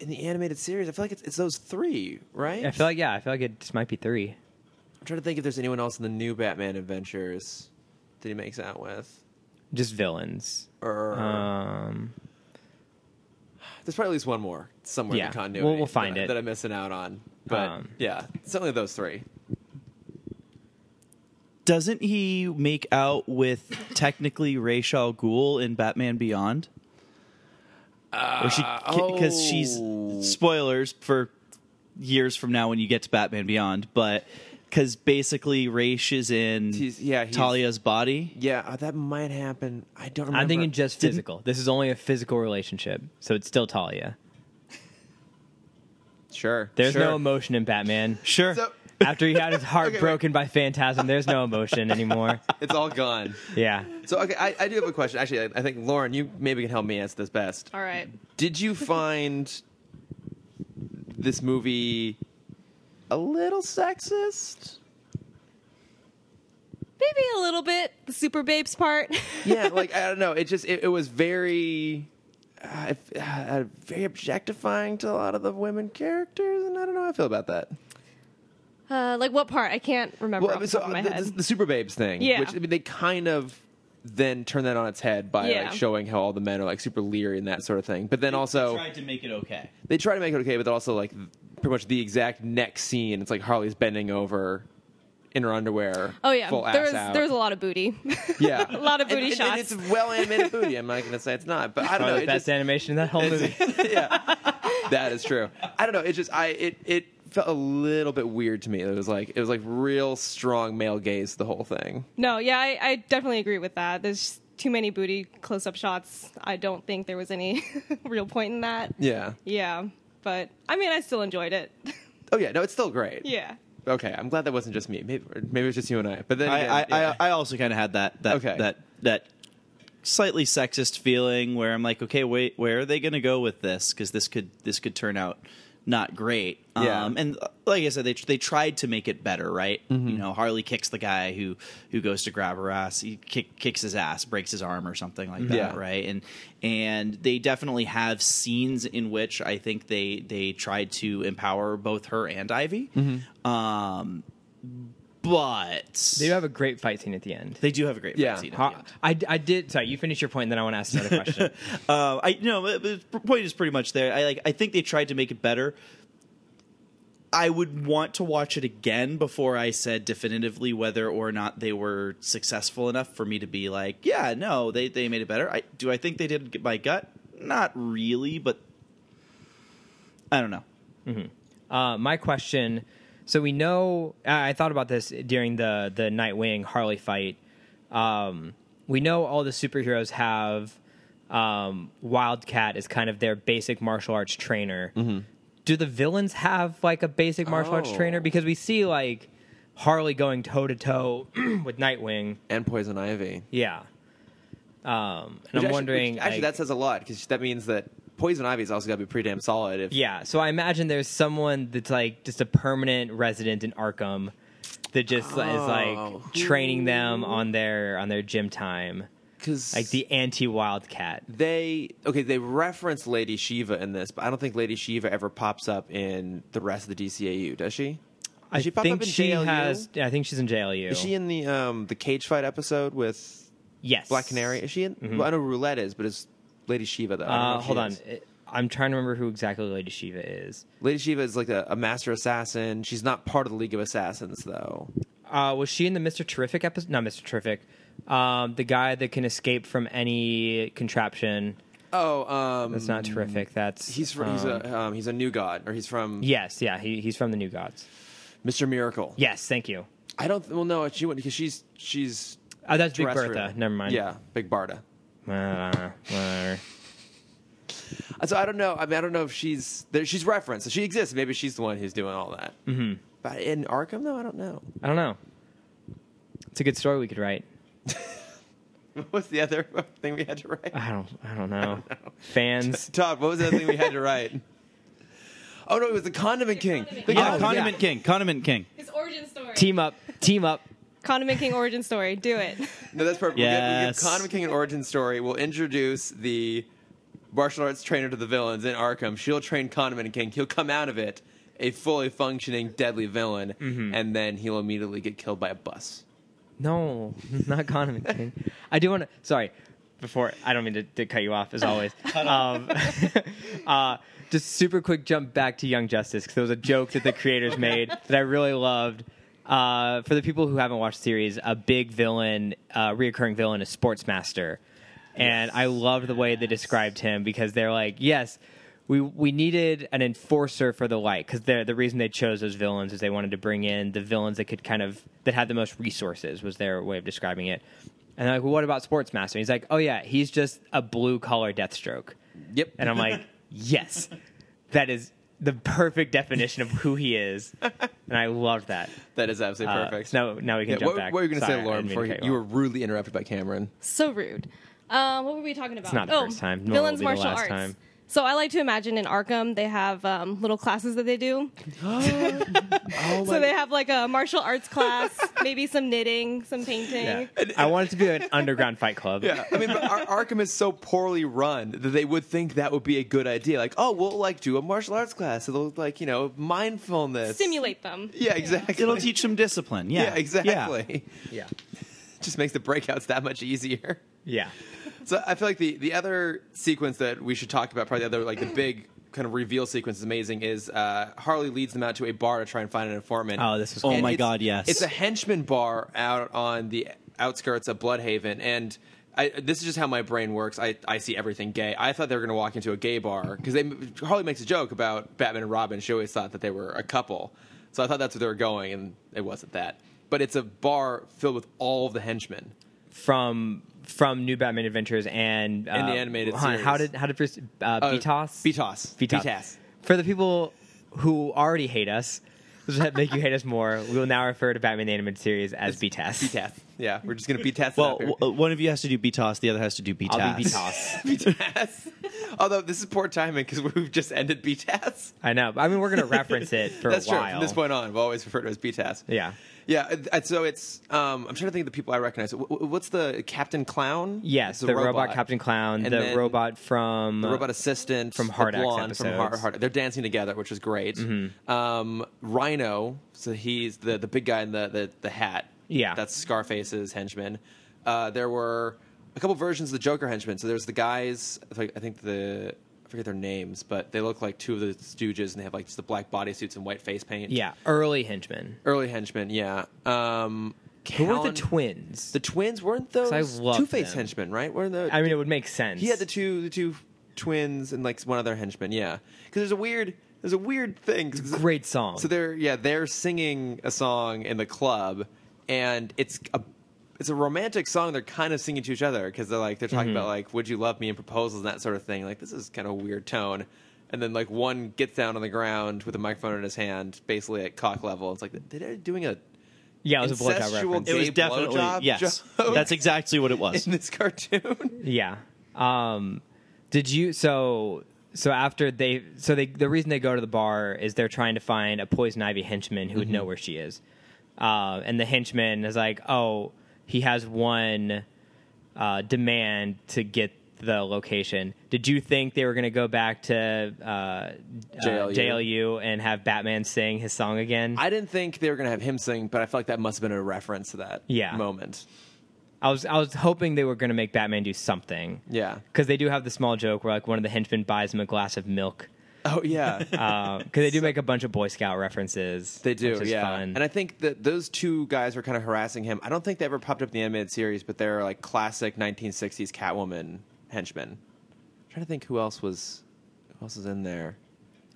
in the animated series. I feel like it's, it's those three, right? I feel like yeah, I feel like it just might be three. I'm trying to think if there's anyone else in the new Batman Adventures that he makes out with. Just villains. Or Um, there's probably at least one more somewhere in Yeah. the continuity. We'll- we'll find that, I- it. that I'm missing out on. But Um, yeah, certainly those three. Doesn't he make out with technically Ra's al Ghul in Batman Beyond? Because she, because Uh, oh. she's spoilers for years from now when you get to Batman Beyond, but because basically Raish is in He's- yeah, he's- Talia's body. Yeah, uh, that might happen. I don't remember. I'm thinking just physical. This is only a physical relationship, so it's still Talia. sure. There's sure. no emotion in Batman. Sure, So- After he had his heart broken by Phantasm, there's no emotion anymore. It's all gone. Yeah. So okay, I, I do have a question. Actually, I, I think Lauren, you maybe can help me answer this best. All right. Did you find this movie a little sexist? Maybe a little bit the super babes part. Yeah, like I don't know. It just it, it was very. Uh, if- uh, very objectifying to a lot of the women characters, and I don't know how I feel about that. uh, like what part? I can't remember Well, off the so uh, top of my the, head. the Super Babes thing, Yeah. which I mean, they kind of then turn that on its head by Yeah. like showing how all the men are like super leery and that sort of thing. But then also tried to make it okay. they try to make it okay, but also like pretty much the exact next scene, it's like Harley's bending over in her underwear. oh yeah, full there ass was out. there was a lot of booty. yeah, a lot of And- booty and, shots. And it's well animated booty. I'm not gonna say it's not, but I don't know. Probably it the best just- animation in that whole movie. yeah, that is true. I don't know. It just I it it felt a little bit weird to me. It was like it was like real strong male gaze the whole thing. no, yeah, I, I definitely agree with that. There's just too many booty close-up shots. I don't think there was any real point in that. Yeah. Yeah, but I mean, I still enjoyed it. Oh yeah, no, it's still great. yeah. Okay, I'm glad that wasn't just me. Maybe or maybe it was just you and I. But then again, I, I, yeah. I, I also kind of had that that Okay. that that slightly sexist feeling where I'm like, okay, wait, where are they going to go with this? Because this could this could turn out not great. Yeah. Um, and uh, like I said, they they tried to make it better, right? Mm-hmm. You know, Harley kicks the guy who who goes to grab her ass. He kick, kicks his ass, breaks his arm or something like that, Yeah. right? And and they definitely have scenes in which I think they they tried to empower both her and Ivy. Mm-hmm. Um, but They do have a great fight scene at the end. they do have a great Yeah. fight scene. at Har- the end. I, I did. Sorry, you finish your point, and then I want to ask another question. Uh, I no, but- but the point is pretty much there. I like. I think they tried to make it better. I would want to watch it again before I said definitively whether or not they were successful enough for me to be like, yeah, no, they they made it better. I do. I think they did get my gut. Not really, but I don't know. Uh, my question. So we know. I I thought about this during the the Nightwing Harley fight. Um, we know all the superheroes have um, Wildcat is kind of their basic martial arts trainer. Do the villains have like a basic martial arts Mm-hmm. Oh. trainer? Because we see like Harley going toe to toe with Nightwing. and Poison Ivy. Yeah. Um, and Which I'm actually- wondering. which- Actually, like- that says a lot because that means that Poison Ivy's also got to be pretty damn solid. If, Yeah, so I imagine there's someone that's like just a permanent resident in Arkham that just is Oh. like training them on their on their gym time, Because like the anti wildcat. they okay they reference Lady Shiva in this, but I don't think Lady Shiva ever pops up in the rest of the DCAU. Does she? Does I she pop think up in she JLU? has. I think she's in JLU. Is she in the um the cage fight episode with yes, Black Canary? Is she in? Well, I know Roulette is, but it's Lady Shiva though. I don't know Mm-hmm. Uh, if she hold on, is. It- I'm trying to remember who exactly Lady Shiva is. Lady Shiva is like a, a master assassin. She's not part of the League of Assassins though. Uh, was she in the Mister Terrific episode? Not Mister Terrific. Um, the guy that can escape from any contraption. Oh, um, That's not terrific. That's He's from, he's um, a um, he's a new god, or he's from yes, yeah. He, he's from the New Gods. Mr. Miracle. Yes, thank you. I don't. Well, no, she went because she's she's Oh, that's Big terrestrial. Bertha. Never mind. Yeah, Big Barda. Uh, whatever. Uh, So I don't know. I mean, I don't know if she's there. She's referenced. So she exists. Maybe she's the one who's doing all that. Mm-hmm. But in Arkham, though, I don't know. I don't know. It's a good story we could write. What was the other thing we had to write? I don't. I don't know. Fans. Todd, what was the other thing we had to write? Oh no, it was the Condiment King. The Yeah, Condiment- Condiment King, Condiment King. His origin story. Team up. Team up. Condiment King origin story. Do it. No, that's perfect. We'll give- We'll, give, Yes. Condiment King an origin story. We'll introduce the martial arts trainer to the villains in Arkham. She'll train Condiment King. He'll come out of it a fully functioning deadly villain, Mm-hmm. and then he'll immediately get killed by a bus. No, not Condiment King. I do want to. Sorry. Before I don't mean to, to cut you off as always. um, uh, just super quick jump back to Young Justice because there was a joke that the creators made that I really loved. Uh, for the people who haven't watched the series, a big villain, uh, reoccurring villain, is Sportsmaster. and I loved the way they described him because they're like, yes, we we needed an enforcer for the light because the reason they chose those villains is they wanted to bring in the villains that could kind of that had the most resources was their way of describing it. And they're like, well, what about Sportsmaster? And he's like, oh yeah, he's just a blue collar Deathstroke. Yep. And I'm like, yes, that is the perfect definition of who he is. and I loved that. That is absolutely Uh, perfect. now- now we can Yeah, jump what, back. What were you going to Sorry, say, I Laura? didn't mean Before to you, cut you you were off. rudely interrupted by Cameron. So rude. Uh, what were we talking about? not the first time. Nor will villains be the martial last arts. time. So I like to imagine in Arkham they have um, little classes that they do. Oh, so they have like a martial arts class, maybe some knitting, some painting. I wanted to be an underground fight club. Yeah, I mean, but Ar- Arkham is so poorly run that they would think that would be a good idea. Like, oh, we'll like do a martial arts class. It'll like you know mindfulness. Simulate them. Yeah, exactly. It'll teach them discipline. Yeah, Yeah, exactly. yeah, Just makes the breakouts that much easier. yeah. So I feel like the the other sequence that we should talk about, probably the other like the big kind of reveal sequence is amazing. Is uh, Harley leads them out to a bar to try and find an informant. Oh, this was Oh great. my it's- god, yes. It's a henchman bar out on the outskirts of Bloodhaven, and I, this is just how my brain works. I, I see everything gay. I thought they were going to walk into a gay bar because they Harley makes a joke about Batman and Robin. She always thought that they were a couple, so I thought that's where they were going, and it wasn't that. But it's a bar filled with all of the henchmen. from from New Batman Adventures and uh, And the animated hold on, How series. did how did first uh, Uh, Betos? Betos. Betas. For the people who already hate us, this is how make you hate us more. We will now refer to Batman the Animated Series as Betas. Betas. Yeah, we're just going to Betas. it well, up here. w- uh, one of you has to do BTOS, the other has to do BTAS. I'll be Betas. Betas. Although this is poor timing because we've just ended Betas. I know. I mean, we're gonna reference it for That's a true. while. From this point on, we'll always refer to it as BTAS. Yeah. Yeah. uh, uh, So it's, um, I'm trying to think of the people I recognize. Wh- wh- What's the Captain Clown? Yes, It's the, robot. Captain Clown, And the then robot from uh, The robot assistant. From Hard the Axe blonde from Hard, episodes. Mm-hmm. Hard They're dancing together, which is great. Um, Rhino. So he's the, the big guy in the, the, the hat. Yeah. That's Scarface's henchman. Uh, there were a couple versions of the Joker henchman. So there's the guys, I think- I think the. I forget their names, but they look like two of the Stooges, and they have like just the black bodysuits and white face paint. yeah, early henchmen. early henchmen. Yeah, um, Who were the Callan- twins? The twins weren't those 'Cause I love Two Face them. henchmen, right? Were the I mean, it would make sense. he had the two the two twins and like one other henchman. Yeah, because there's a weird there's a weird thing. It's great song. So they're yeah they're singing a song in the club, and it's a it's a romantic song. They're kind of singing to each other because they're like they're talking about like would you love me and proposals and that sort of thing. Like this is kind of a weird tone. And then like one gets down on the ground with a microphone in his hand, basically at cock level. It's like they're doing a yeah, it was a blowjob incestual reference. It was Gay definitely blowjob yes. joke. That's exactly what it was. in this cartoon. Yeah. Um did you so so after they so they the reason they go to the bar is they're trying to find a poison ivy henchman who would know where she is. Uh, and the henchman is like, "Oh, he has one uh, demand to get the location." Did you think they were going to go back to uh, JLU. Uh, JLU and have Batman sing his song again? I didn't think they were gonna have him sing, but I feel like that must have been a reference to that Yeah. moment. I was I was hoping they were going to make Batman do something. Yeah. Because they do have the small joke where like one of the henchmen buys him a glass of milk Oh yeah, because Um, they do make a bunch of Boy Scout references. they do. which is yeah, fun. and I think that those two guys were kind of harassing him. I don't think they ever popped up in the animated series, but they're like classic 1960s Catwoman henchmen. I'm trying to think who else was who else was in there.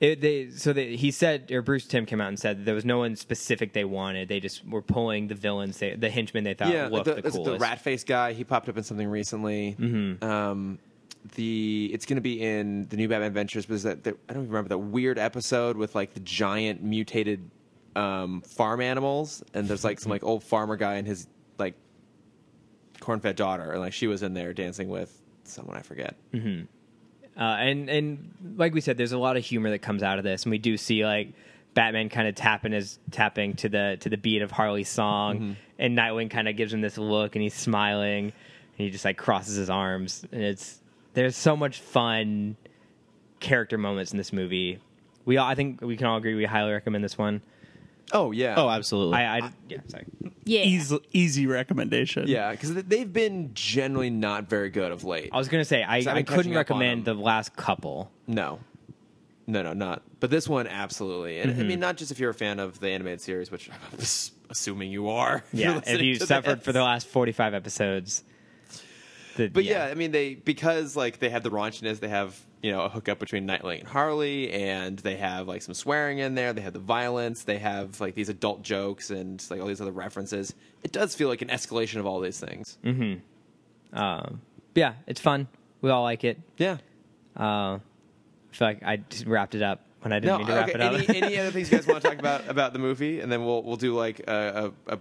It- they so they, he said or Bruce Tim came out and said that there was no one specific they wanted. They just were pulling the villains, they, the henchmen they thought yeah, looked the, the, there's coolest. Mm-hmm. the rat face guy. He popped up in something recently. Um, the it's going to be in the new Batman Adventures, but is that that- I don't even remember that weird episode with like the giant mutated um, farm animals, and there's like some like old farmer guy and his like corn-fed daughter, and like she was in there dancing with someone I forget. uh, and and like we said, there's a lot of humor that comes out of this, and we do see like Batman kind of tapping his tapping to the to the beat of Harley's song, Mm-hmm. and Nightwing kind of gives him this look, and he's smiling, and he just like crosses his arms, and it's there's so much fun character moments in this movie. We all, I think we can all agree we highly recommend this one. Oh yeah, Oh, absolutely. I, I yeah, sorry. Yeah. Easy, easy recommendation. yeah, because they've been generally not very good of late. I was gonna say I, So I've I been couldn't catching up on recommend the them. last couple. No. No, no, not. But this one, absolutely. And Mm-hmm. I mean, not just if you're a fan of the animated series, which I'm assuming you are. you're Yeah, if listening you to suffered this. for the last forty five episodes. the- But yeah. I mean, they because like they have the raunchiness, they have you know a hookup between Nightwing and Harley, and they have like some swearing in there. They have the violence. They have like these adult jokes and like all these other references. It does feel like an escalation of all these things. Mm-hmm. yeah, it's fun. We all like it. Yeah. Uh, I feel like I just wrapped it up when I didn't No, mean to wrap Oh, okay. it up. Any, any other things you guys want to talk about about the movie, and then we'll we'll do like a a, a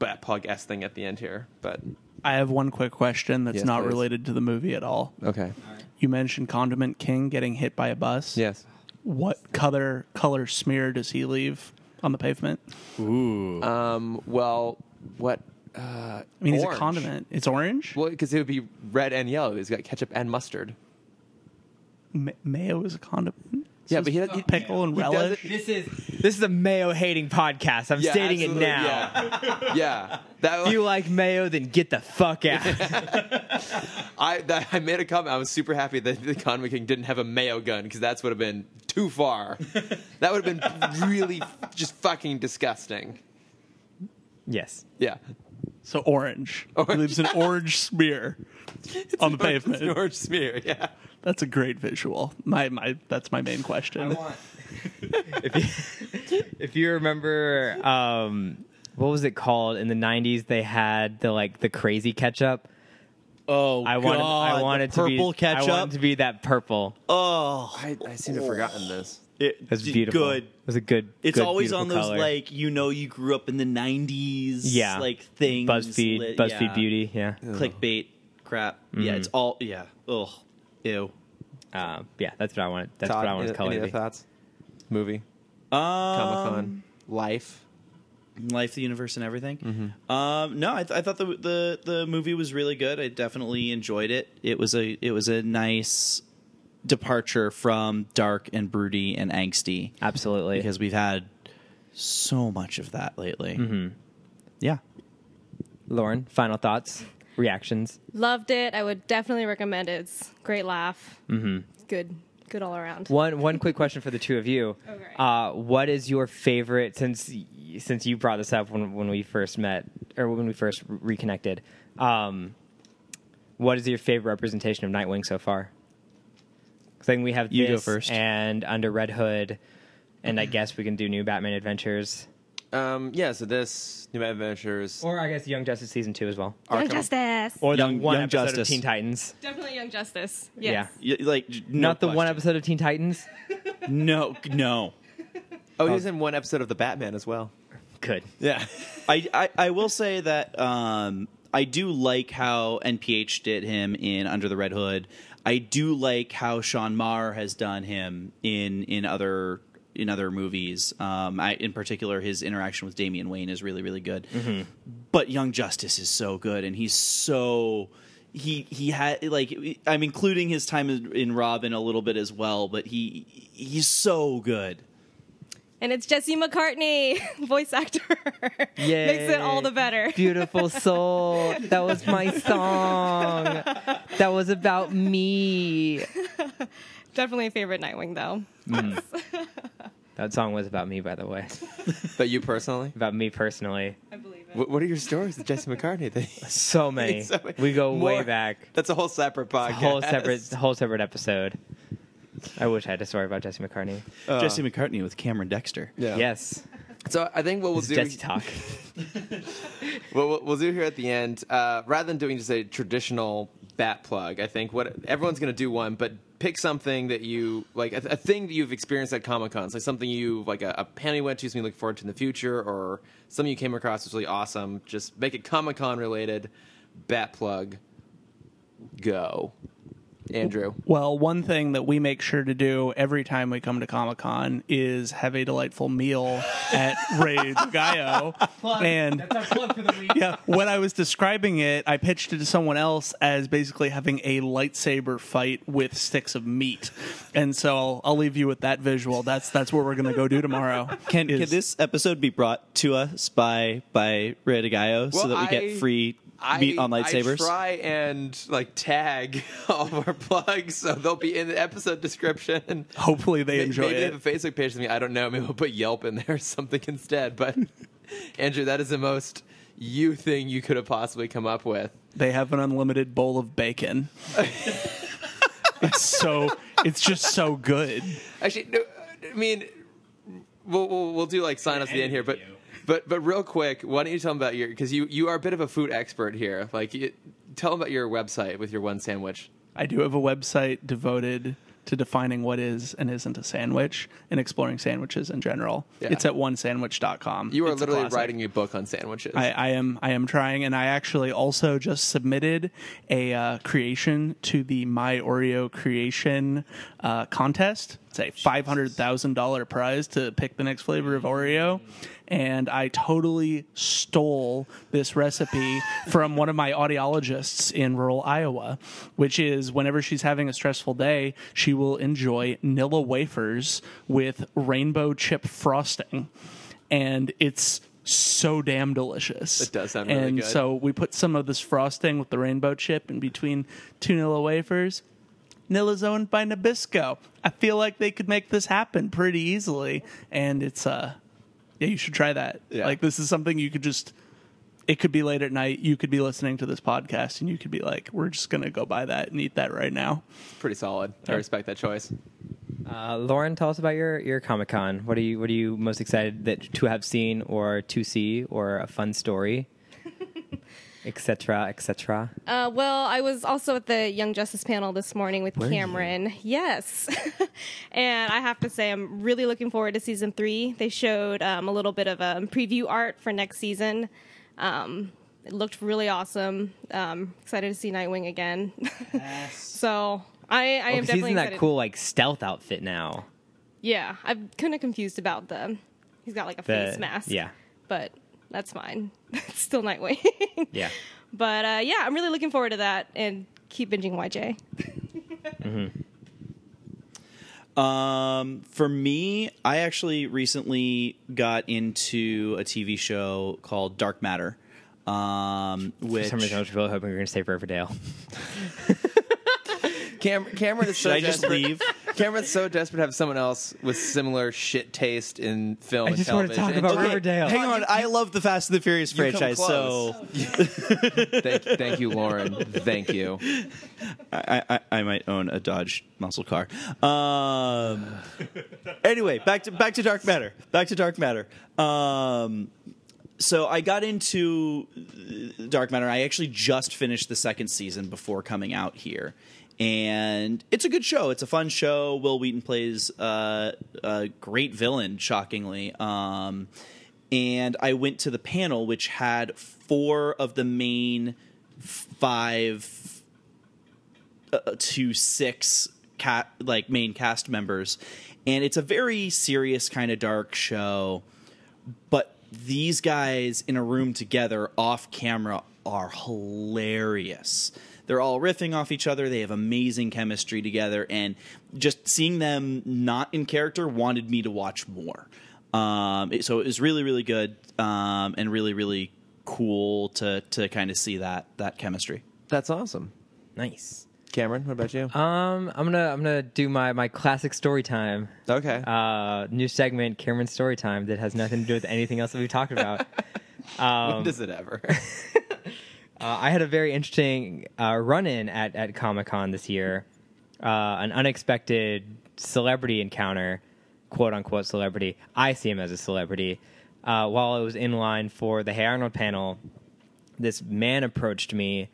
bat podcast thing at the end here. But I have one quick question that's Yes, not please. Oh. related to the movie at all. okay, You mentioned Condiment King getting hit by a bus. yes. What color color smear does he leave on the pavement? Um. Well, what? Uh, I I mean, he's a condiment. It's orange. Well, because it would be red and yellow. He's got ketchup and mustard. Ma- mayo is a condiment. Yeah, but he does- doesn't pickle and he doesn't- relish. this is this is a mayo hating podcast. I'm stating it absolutely, now. Yeah, yeah. That If you like mayo, then get the fuck out. I that, I made a comment. I was super happy that the Conway King didn't have a mayo gun because that's would have been too far. that would have been really just fucking disgusting. yes. Yeah, So orange. He leaves an orange smear on the It's an pavement. orange smear. Yeah, That's a great visual. My my. That's my main question. If you remember, um, what was it called in the '90s? They had the like the crazy ketchup. Oh, I wanted, God, I the wanted to purple be, ketchup. I wanted to be that purple. oh, I, I seem to have forgotten this. it, That's beautiful. Good. It was a good. It's good, always on beautiful those color. like you know you grew up in the '90s. Yeah. like things. BuzzFeed, lit- BuzzFeed yeah. Beauty. Mm-hmm. Yeah, clickbait crap. Yeah, it's all yeah. Ugh, ew. uh, yeah. That's what I wanted. That's Todd, what I wanted. any- Color any to other be. thoughts? Movie, Comic Con, Um, life. life, the universe, and everything. Mm-hmm. Um, no, I, th- I thought the, the the movie was really good. I definitely enjoyed it. It was a it was a nice departure from dark and broody and angsty Absolutely. because we've had so much of that lately. Yeah, Lauren, final thoughts, reactions. Loved it. I would definitely recommend it. It's great laugh. Mm-hmm. Good. Good all around. One one quick question for the two of you. Okay. Uh, what is your favorite since y- since you brought this up when when we first met or when we first re- reconnected? Um, what is your favorite representation of Nightwing so far? 'Cause I think we have You go this first. and under Red Hood, and I guess we can do New Batman Adventures Um, yeah. So this New Adventures. or I guess Young Justice season two as well, Young Justice. or the Young- one Young episode of Justice. Teen Titans. Definitely Young Justice. Yeah. Yes. Y- like j- no Not the one question. episode of Teen Titans. No, no. Oh, he was in one episode of the Batman as well. Good. Yeah. I, I I will say that um, I do like how NPH did him in Under the Red Hood. I do like how Sean Marr has done him in in other in other movies. Um, I, in particular, his interaction with Damian Wayne is really really good. But Young Justice is so good, and he's so. He he had like I'm including his time in in Robin a little bit as well, but he he's so good. And it's Jesse McCartney, voice actor. Yay. Makes it all the better. Beautiful soul. That was my song. That was about me. Definitely a favorite Nightwing though. Mm. That song was about me, by the way. But you personally, About me personally. I believe it. what, what are your stories with Jesse McCartney? That- So many. So many. We go way More- back. That's a whole separate podcast. Whole separate whole separate episode. I wish I had a story about Jesse McCartney. Jesse McCartney with Cameron Dexter. Yeah. Yes. So I think what we'll It's do Jesse Talk. what we'll- we'll do here at the end, uh, rather than doing just a traditional bat plug, I think what everyone's going to do one, but pick something that you like, a, a thing that you've experienced at Comic Cons, like something you like a, a panel you went to, something you look forward to in the future, or something you came across that's really awesome. Just make it Comic Con related. Bat plug. Go, Andrew. Well, one thing that we make sure to do every time we come to Comic Con is have a delightful meal at Ray Gallo. and yeah, when I was describing it, I pitched it to someone else as basically having a lightsaber fight with sticks of meat. And so I'll, I'll leave you with that visual. That's that's what we're gonna go do tomorrow. Can, is- can this episode be brought to us by by Ray DeGaio so Well, that we I- get free meat on lightsabers? I try and like tag all of our plugs, so they'll be in the episode description. Hopefully they May- enjoy maybe it. they have a Facebook page for me. I don't know. Maybe we'll put Yelp in there or something instead. But Andrew, that is the most you thing you could have possibly come up with. they have an unlimited bowl of bacon. it's so it's just so good. Actually, no, I mean, we'll we'll, we'll do like sign us at the end here, but. But but real quick, why don't you tell them about your because you, you are a bit of a food expert here. Like, you, tell them about your website with your one sandwich. I do have a website devoted to defining what is and isn't a sandwich and exploring sandwiches in general. Yeah. It's at onesandwich.com. You are It's a literally classic. writing a book on sandwiches. I, I am I am trying, and I actually also just submitted a uh, creation to the My Oreo Creation uh, contest. It's a five hundred thousand dollar prize to pick the next flavor of Oreo, and I totally stole this recipe from one of my audiologists in rural Iowa, which is whenever she's having a stressful day, she will enjoy Nilla wafers with rainbow chip frosting and it's so damn delicious. It does sound really and good. so we put some of this frosting with the rainbow chip in between two Nilla wafers. Nilla's owned by Nabisco. I feel like they could make this happen pretty easily, and it's uh, yeah, you should try that. Yeah. Like this is something you could just. It could be late at night. You could be listening to this podcast, and you could be like, "We're just gonna go buy that and eat that right now." Pretty solid. I respect that choice. Uh, Lauren, tell us about your your Comic Con. What are you What are you most excited that to have seen or to see or a fun story, etc. etc. Uh, well, I was also at the Young Justice panel this morning with Were you? Cameron. Yes. and I have to say, I'm really looking forward to season three. They showed um, a little bit of um, preview art for next season. Um, it looked really awesome. Um, excited to see Nightwing again. so I, I am Because Oh, he's definitely in that excited. cool like stealth outfit now. Yeah, I'm kind of confused about the. He's got like a The- face mask. yeah. But that's fine. it's still Nightwing. Yeah. But uh, yeah, I'm really looking forward to that and keep binging YJ. Um, for me, I actually recently got into a TV show called Dark Matter. Um, For which some reason, I was really hoping we were going to say Riverdale. Cam- Cameron is so should I just desperate. leave? Cameron's so desperate to have someone else with similar shit taste in film. I and just wanna television. talk about Okay, Riverdale. Hang on, I love the Fast and the Furious you come franchise, so thank, thank you, Lauren. Thank you. I, I, I might own a Dodge muscle car. Um, anyway, back to back to Dark Matter. Back to Dark Matter. Um, so I got into uh, Dark Matter. I actually just finished the second season before coming out here, and it's a good show. It's a fun show. Will Wheaton plays uh, a great villain, shockingly. Um, and I went to the panel, which had four of the main five uh, to six cat like main cast members and it's a very serious kind of dark show but these guys in a room together off camera are hilarious they're all riffing off each other they have amazing chemistry together and just seeing them not in character wanted me to watch more um, it- so it was really really good um, and really really cool to to kind of see that that chemistry That's awesome. Nice. Cameron, what about you? Um, I'm gonna I'm gonna do my my classic story time. okay. Uh, new segment, Cameron's story time that has nothing to do with anything else that we've talked about. Um, when does it ever? Uh, I had a very interesting uh, run-in at at Comic Con this year, uh, an unexpected celebrity encounter, quote unquote celebrity. I see him as a celebrity. Uh, while I was in line for the Hey Arnold panel, this man approached me.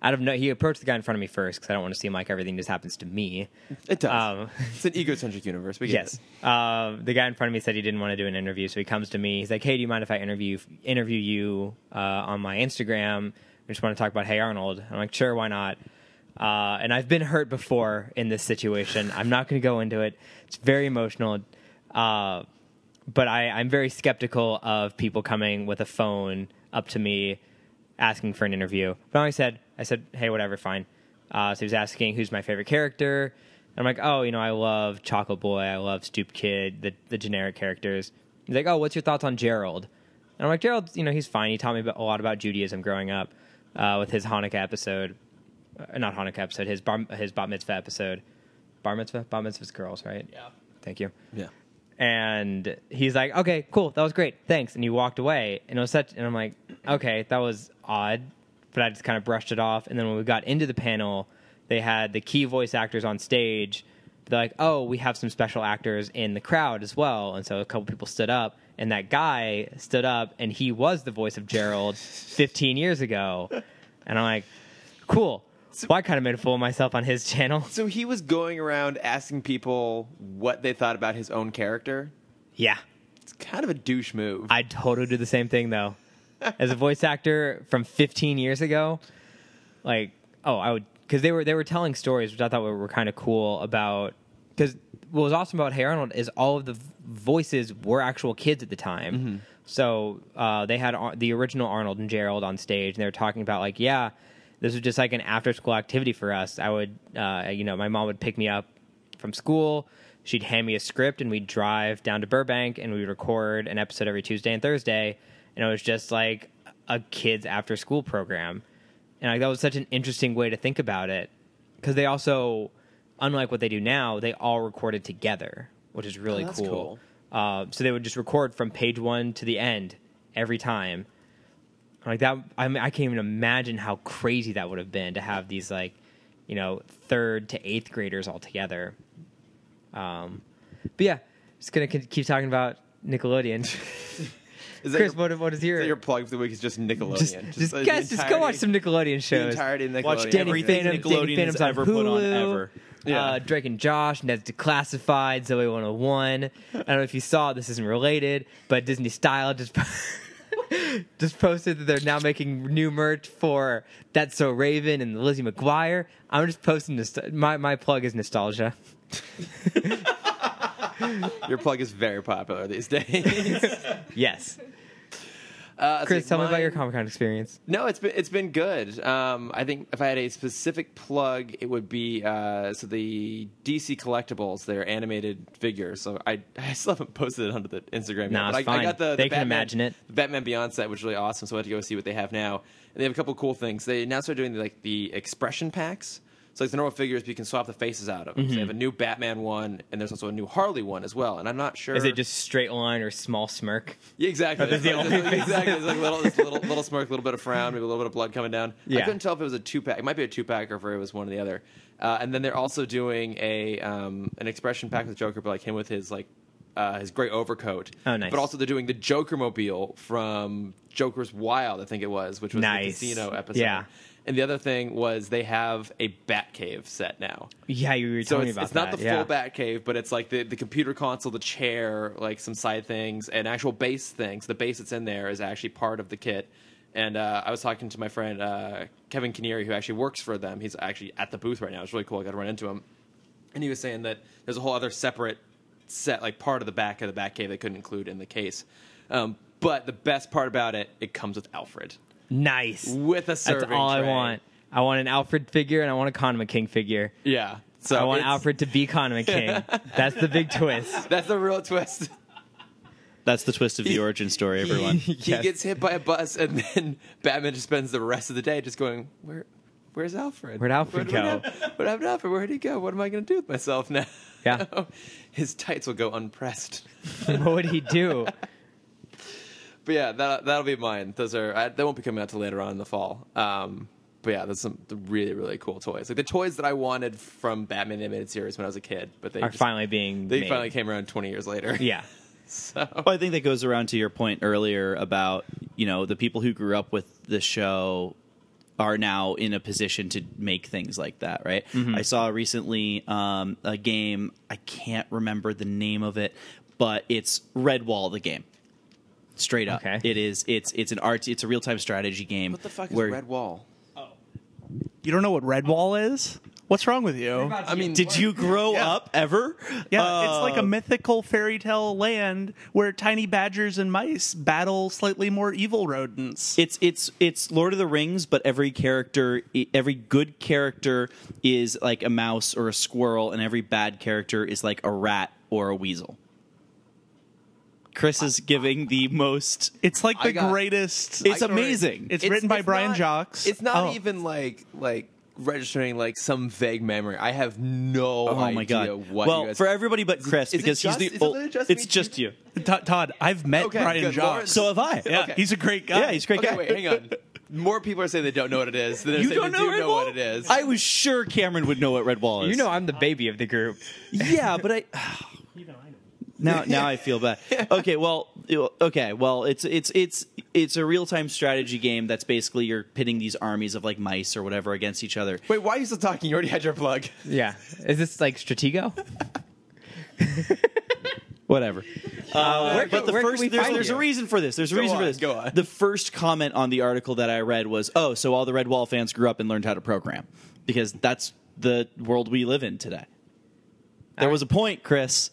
Out of no, he approached the guy in front of me first because I don't want to seem like everything just happens to me. It does. Um, it's an egocentric universe. We get Yes. it. Uh, the guy in front of me said he didn't want to do an interview, so he comes to me. He's like, "Hey, do you mind if I interview interview you uh, on my Instagram? I just want to talk about Hey Arnold." I'm like, "Sure, why not?" Uh, and I've been hurt before in this situation. I'm not going to go into it. It's very emotional. Uh, but I, I'm very skeptical of people coming with a phone up to me asking for an interview. But I said, I said, hey, whatever, fine. Uh, so he was asking who's my favorite character. And I'm like, oh, you know, I love Choco Boy, I love Stoop Kid, the, the generic characters. He's like, oh, what's your thoughts on Gerald? And I'm like, Gerald, you know, he's fine. He taught me about- a lot about Judaism growing up uh, with his Hanukkah episode. Uh, not Hanukkah episode, his bar, his bat mitzvah episode. Bar mitzvah? Bat mitzvah's girls, right? Yeah. Thank you Yeah. and he's like, "Okay, cool, that was great, thanks." And he walked away, and it was such. And I'm like, "Okay, that was odd," but I just kind of brushed it off. And then when we got into the panel, they had the key voice actors on stage. They're like, "Oh, we have some special actors in the crowd as well," and so a couple people stood up, and that guy stood up, and he was the voice of Gerald 15 years ago, and I'm like, "Cool." Well, I kind of made a fool of myself on his channel. So he was going around asking people what they thought about his own character. Yeah. It's kind of a douche move. I'd totally do the same thing though. As a voice actor from 15 years ago, like oh, I would because they were they were telling stories which I thought were, were kind of cool about because what was awesome about Hey Arnold is all of the v- voices were actual kids at the time. So uh, they had Ar- the original Arnold and Gerald on stage, and they were talking about like, yeah, this was just like an after school activity for us. I would, uh, you know, my mom would pick me up from school. She'd hand me a script, and we'd drive down to Burbank, and we'd record an episode every Tuesday and Thursday. And it was just like a kids' after school program, and like that was such an interesting way to think about it because they also, unlike what they do now, they all recorded together, which is really Oh, that's cool. Uh, so they would just record from page one to the end every time. Like that, I mean, I can't even imagine how crazy that would have been to have these like, you know, third to eighth graders all together. Um, but yeah, just gonna con- keep talking about Nickelodeon. Is that Chris, your, what, what is is your that your plug for the week is just Nickelodeon. just, just, uh, the guys, just go watch entirety- some Nickelodeon the shows. entirety of Nickelodeon. Watch Danny Everything Phantom, Danny Nickelodeon Phantom's has on ever Hulu. put on ever. Yeah. Uh, Drake and Josh, Ned's Declassified, Zoe 101. I don't know if you saw, this isn't related, but Disney Style just just posted that they're now making new merch for That's So Raven and Lizzie McGuire. I'm just posting this. My, my plug is nostalgia. Your plug is very popular these days. Yes. Uh, Chris, so tell me about your mine- Comic Con experience. No, it's been it's been good. Um, I think if I had a specific plug, it would be uh, so the DC collectibles, their animated figures. So I I still haven't posted it onto the Instagram. Nah, yet, but it's I, I fine. got the, the They can Batman, imagine it. The Batman Beyond set, which is really awesome. So I had to go see what they have now, and they have a couple cool things. They now started doing like the expression packs. So like the normal figures, but you can swap the faces out of Mm-hmm. them. So they have a new Batman one, and there's also a new Harley one as well. And I'm not sure Is it just straight line or small smirk? yeah, exactly. That's It's the like- only it's like- exactly. It's like little, it's little, little smirk, little bit of frown, maybe a little bit of blood coming down. I Yeah. couldn't tell if it was a two pack. It might be a two pack or if it was one or the other. Uh, and then they're also doing a um, an expression pack with Joker, but like him with his like uh, his gray overcoat. Oh, nice. But also they're doing the Joker mobile from Joker's Wild, I think it was, which was Nice. the casino episode. Yeah. And the other thing was they have a Batcave set now. Yeah, you were So telling me it's, about it's that. not the yeah. full bat cave, but it's like the, the computer console, the chair, like some side things, and actual base things. The base that's in there is actually part of the kit. And uh, I was talking to my friend uh, Kevin Kinneary, who actually works for them. He's actually at the booth right now. It's really cool. I got to run into him. And he was saying that there's a whole other separate set, like part of the back of the bat cave they couldn't include in the case. Um, but the best part about it, it comes with Alfred. Nice. With a That's serving all I tray. want. I want an Alfred figure and I want a Kahneman King figure. Yeah. So I want it's- Alfred to be Kahneman King. That's the big twist. That's the real twist. That's the twist of the origin story, everyone. Yes. He gets hit by a bus, and then Batman just spends the rest of the day just going, "Where, where's Alfred? Where'd Alfred What- go?" What happened, what happened to Alfred? Where'd he go? What am I going to do with myself now?" Yeah. his tights will go unpressed. what would he do? But yeah, that that'll be mine. Those are I, they won't be coming out till later on in the fall. Um, but yeah, that's some really really cool toys, like the toys that I wanted from Batman the animated series when I was a kid. But they Are just- finally being they made. finally came around twenty years later. Yeah. so Well, I think that goes around to your point earlier about you know the people who grew up with the show are now in a position to make things like that, right? Mm-hmm. I saw recently um, a game I can't remember the name of it, but it's Redwall the game. Straight up, Okay. it is. It's it's an art. It's a real time strategy game. what the fuck is where- Red Wall? You don't know what Redwall is? What's wrong with you? I mean, Did you grow Yeah. up ever? Yeah, Uh, it's like a mythical fairy tale land where tiny badgers and mice battle slightly more evil rodents. It's it's it's Lord of the Rings, but every character, e, every good character is like a mouse or a squirrel, and every bad character is like a rat or a weasel. Chris is giving the most. It's like I the got- greatest. It's amazing. It's written by Brian not, Jocks. It's not Oh. even like like registering like some vague memory. I have no oh idea my god! what well, you guys for everybody but Chris, is it because just- he's is the it old. literally just it's me? just you. Todd, Todd, I've met Okay, Brian good. Jocks. So have I. yeah, okay. he's a great guy. Yeah, he's a great Okay, guy. wait, hang on. More people are saying they don't know what it is than they're You saying don't they know, do Red know Wall? what it is. I was sure Cameron would know what Red Wall is. You know I'm the baby of the group. yeah, but I. Now, now I feel bad. Okay, well, it- okay, well, it's it's it's it's a real time strategy game that's basically you're pitting these armies of like mice or whatever against each other. Wait, why are you still talking? You already had your plug. Yeah. Is this like Stratego? Whatever. Uh, where- but the where can first we there's, find there's a you? reason for this. There's a reason on, for this. go on. The first comment on the article that I read was, "Oh, so all the Red Wall fans grew up and learned how to program because that's the world we live in today." There was a point, Chris.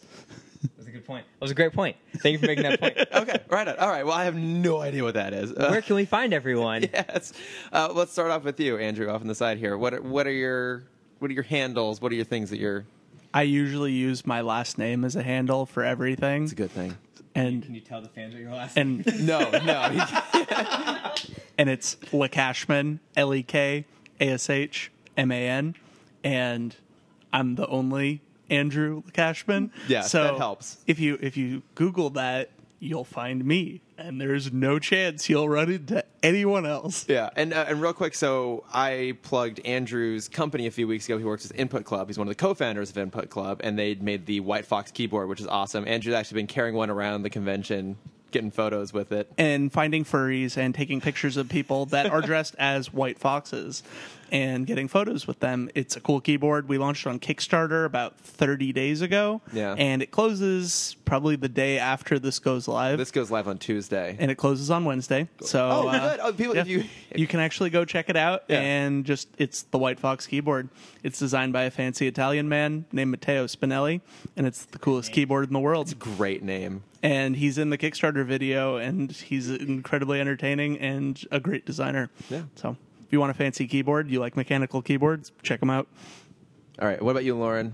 That was a good point. That was a great point. Thank you for making that point. Okay, right on. All right. Well, I have no idea what that is. Uh, Where can we find everyone? yes. Uh, let's start off with you, Andrew, off on the side here. What are, what are your what are your handles? What are your things that you're? I usually use my last name as a handle for everything. It's a good thing. And you tell the fans what your last and No, no. and it's Lekashman, L E K A S H M A N, and I'm the only Andrew Lekashman. Yes, that helps. If you if you Google that, you'll find me, and there's no chance you'll run into anyone else. Yeah, and uh, and real quick, so I plugged Andrew's company a few weeks ago. He works with Input Club. He's one of the co-founders of Input Club, and they made the White Fox keyboard, which is awesome. Andrew's actually been carrying one around the convention, getting photos with it. and finding furries and taking pictures of people that are dressed as white foxes and getting photos with them. It's a cool keyboard. We launched on Kickstarter about 30 days ago. Yeah. And it closes probably the day after this goes live. This goes live on Tuesday. and it closes on Wednesday. So Oh, uh, good. Oh, people, if you- you can actually go check it out Yeah. and just it's the White Fox keyboard. It's designed by a fancy Italian man named Matteo Spinelli, and it's the coolest keyboard in the world Great name. and he's in the Kickstarter video, and he's incredibly entertaining and a great designer. Yeah. So if you want a fancy keyboard, you like mechanical keyboards, check him out. All right, what about you, Lauren?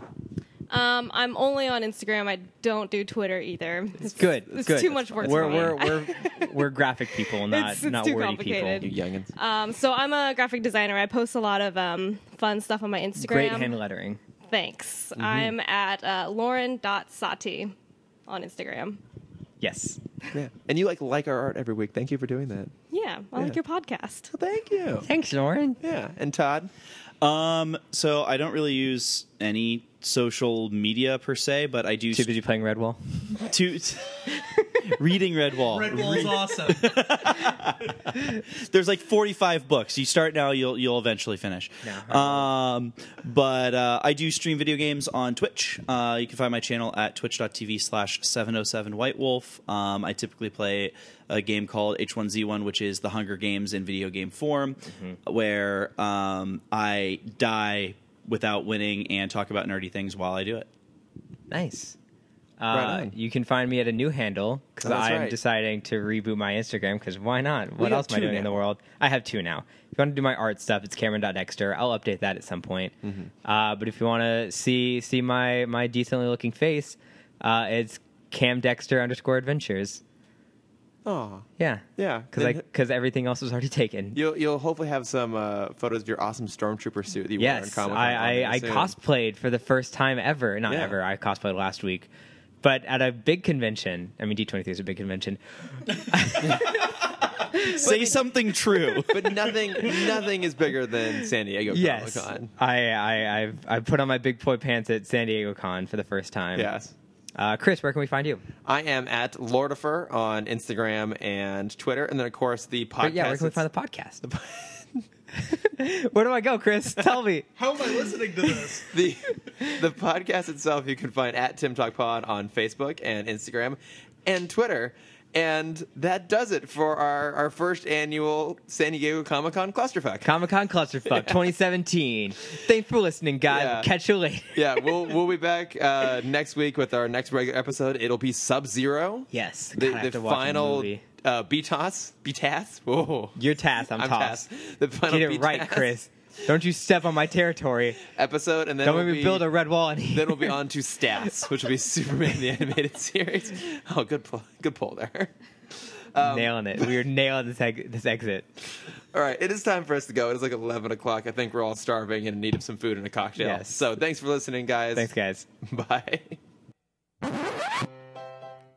Um, I'm only on Instagram. I don't do Twitter either. It's Good. It's good. too much work. We're for me. we're we're we're graphic people, not It's- it's not too wordy complicated. people. You youngins. Um, so I'm a graphic designer. I post a lot of um, fun stuff on my Instagram. Great hand lettering. Thanks. I'm at uh, lauren.sati on Instagram. Yes. Yeah. And you like like our art every week. Thank you for doing that. Yeah, I Yeah. like your podcast. Thank you. Thanks, Lauren. Yeah. And Todd? Um, so I don't really use any social media per se, but I do Too busy playing Redwall. to reading Redwall. Bull's awesome. There's like 45 books. You start now, you'll you'll eventually finish. Um, but uh, I do stream video games on Twitch. Uh, you can find my channel at twitch.tv/707whitewolf. Um, I typically play a game called H1Z1, which is the Hunger Games in video game form, where um, I die without winning and talk about nerdy things while I do it. Nice. Uh, Right on. You can find me at a new handle because Oh, that's I'm right. deciding to reboot my Instagram because why not? What have else am I two doing in now. the world? I have two now. If you want to do my art stuff, it's Cameron.Dexter. I'll update that at some point. Mm-hmm. Uh, but if you want to see see my my decently looking face, uh, it's Cam Dexter underscore Adventures. Oh. Yeah, Yeah. because And- because everything else was already taken. You'll you'll hopefully have some uh, photos of your awesome stormtrooper suit that you wore in Yes, I, Comic-Con on there I, I soon. cosplayed for the first time ever. Not Yeah. ever. I cosplayed last week, but at a big convention. I mean, D23 is a big convention. Oh, Say something true. but nothing nothing is bigger than San Diego Yes, Comic Con. I, I I've I put on my big boy pants at San Diego Con for the first time. Yes. uh, Chris, where can we find you? I am at Lordifer on Instagram and Twitter, and then of course the podcast. But yeah, where can we that's- find the podcast? where do I go, Chris? Tell me. How am I listening to this? the the podcast itself you can find at Tim Talk Pod on Facebook and Instagram and Twitter. And that does it for our, our first annual San Diego Comic Con clusterfuck. Comic Con Clusterfuck 2017. Thanks for listening, guys. Yeah. Catch you later. yeah, we'll we'll be back uh, next week with our next regular episode. It'll be Sub Zero. Yes, the, God, I have the to watch the final movie. uh, BTOS. BTAS. Whoa, Your task. I'm, I'm tossed. Tass. The final Get it right, BTAS Chris. Don't you step on my territory. Episode, and then Don't we'll make me be- build a red wall. In here. then we'll be on to Stats, which will be Superman the animated series. Oh, good pull, good pull there. Um, nailing it. We are nailing this eg- this exit. All right, it is time for us to go. It is like eleven o'clock. I think we're all starving and in need of some food and a cocktail. Yes. So thanks for listening, guys. Thanks, guys. Bye.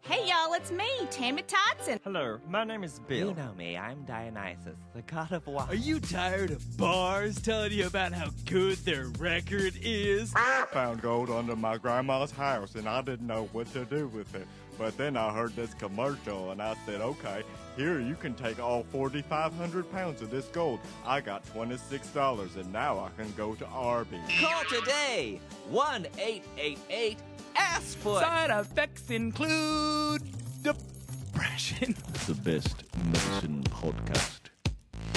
Hey y'all, it's me, Tammy Totson. Hello, my name is Bill. You know me, I'm Dionysus, the god of Are wine. you tired of bars telling you about how good their record is? found gold under my grandma's house and I didn't know what to do with it. But then I heard this commercial and I said, okay, here you can take all 4,500 pounds of this gold. I got $26 and now I can go to Arby's. Call today 1 888 Ask for Side effects include depression. The best medicine podcast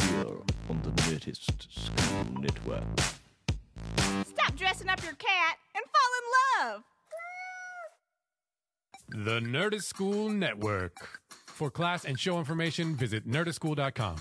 here on the Nerdist School Network. Stop dressing up your cat and fall in love. The Nerdist School Network. For class and show information, visit nerdistschool.com.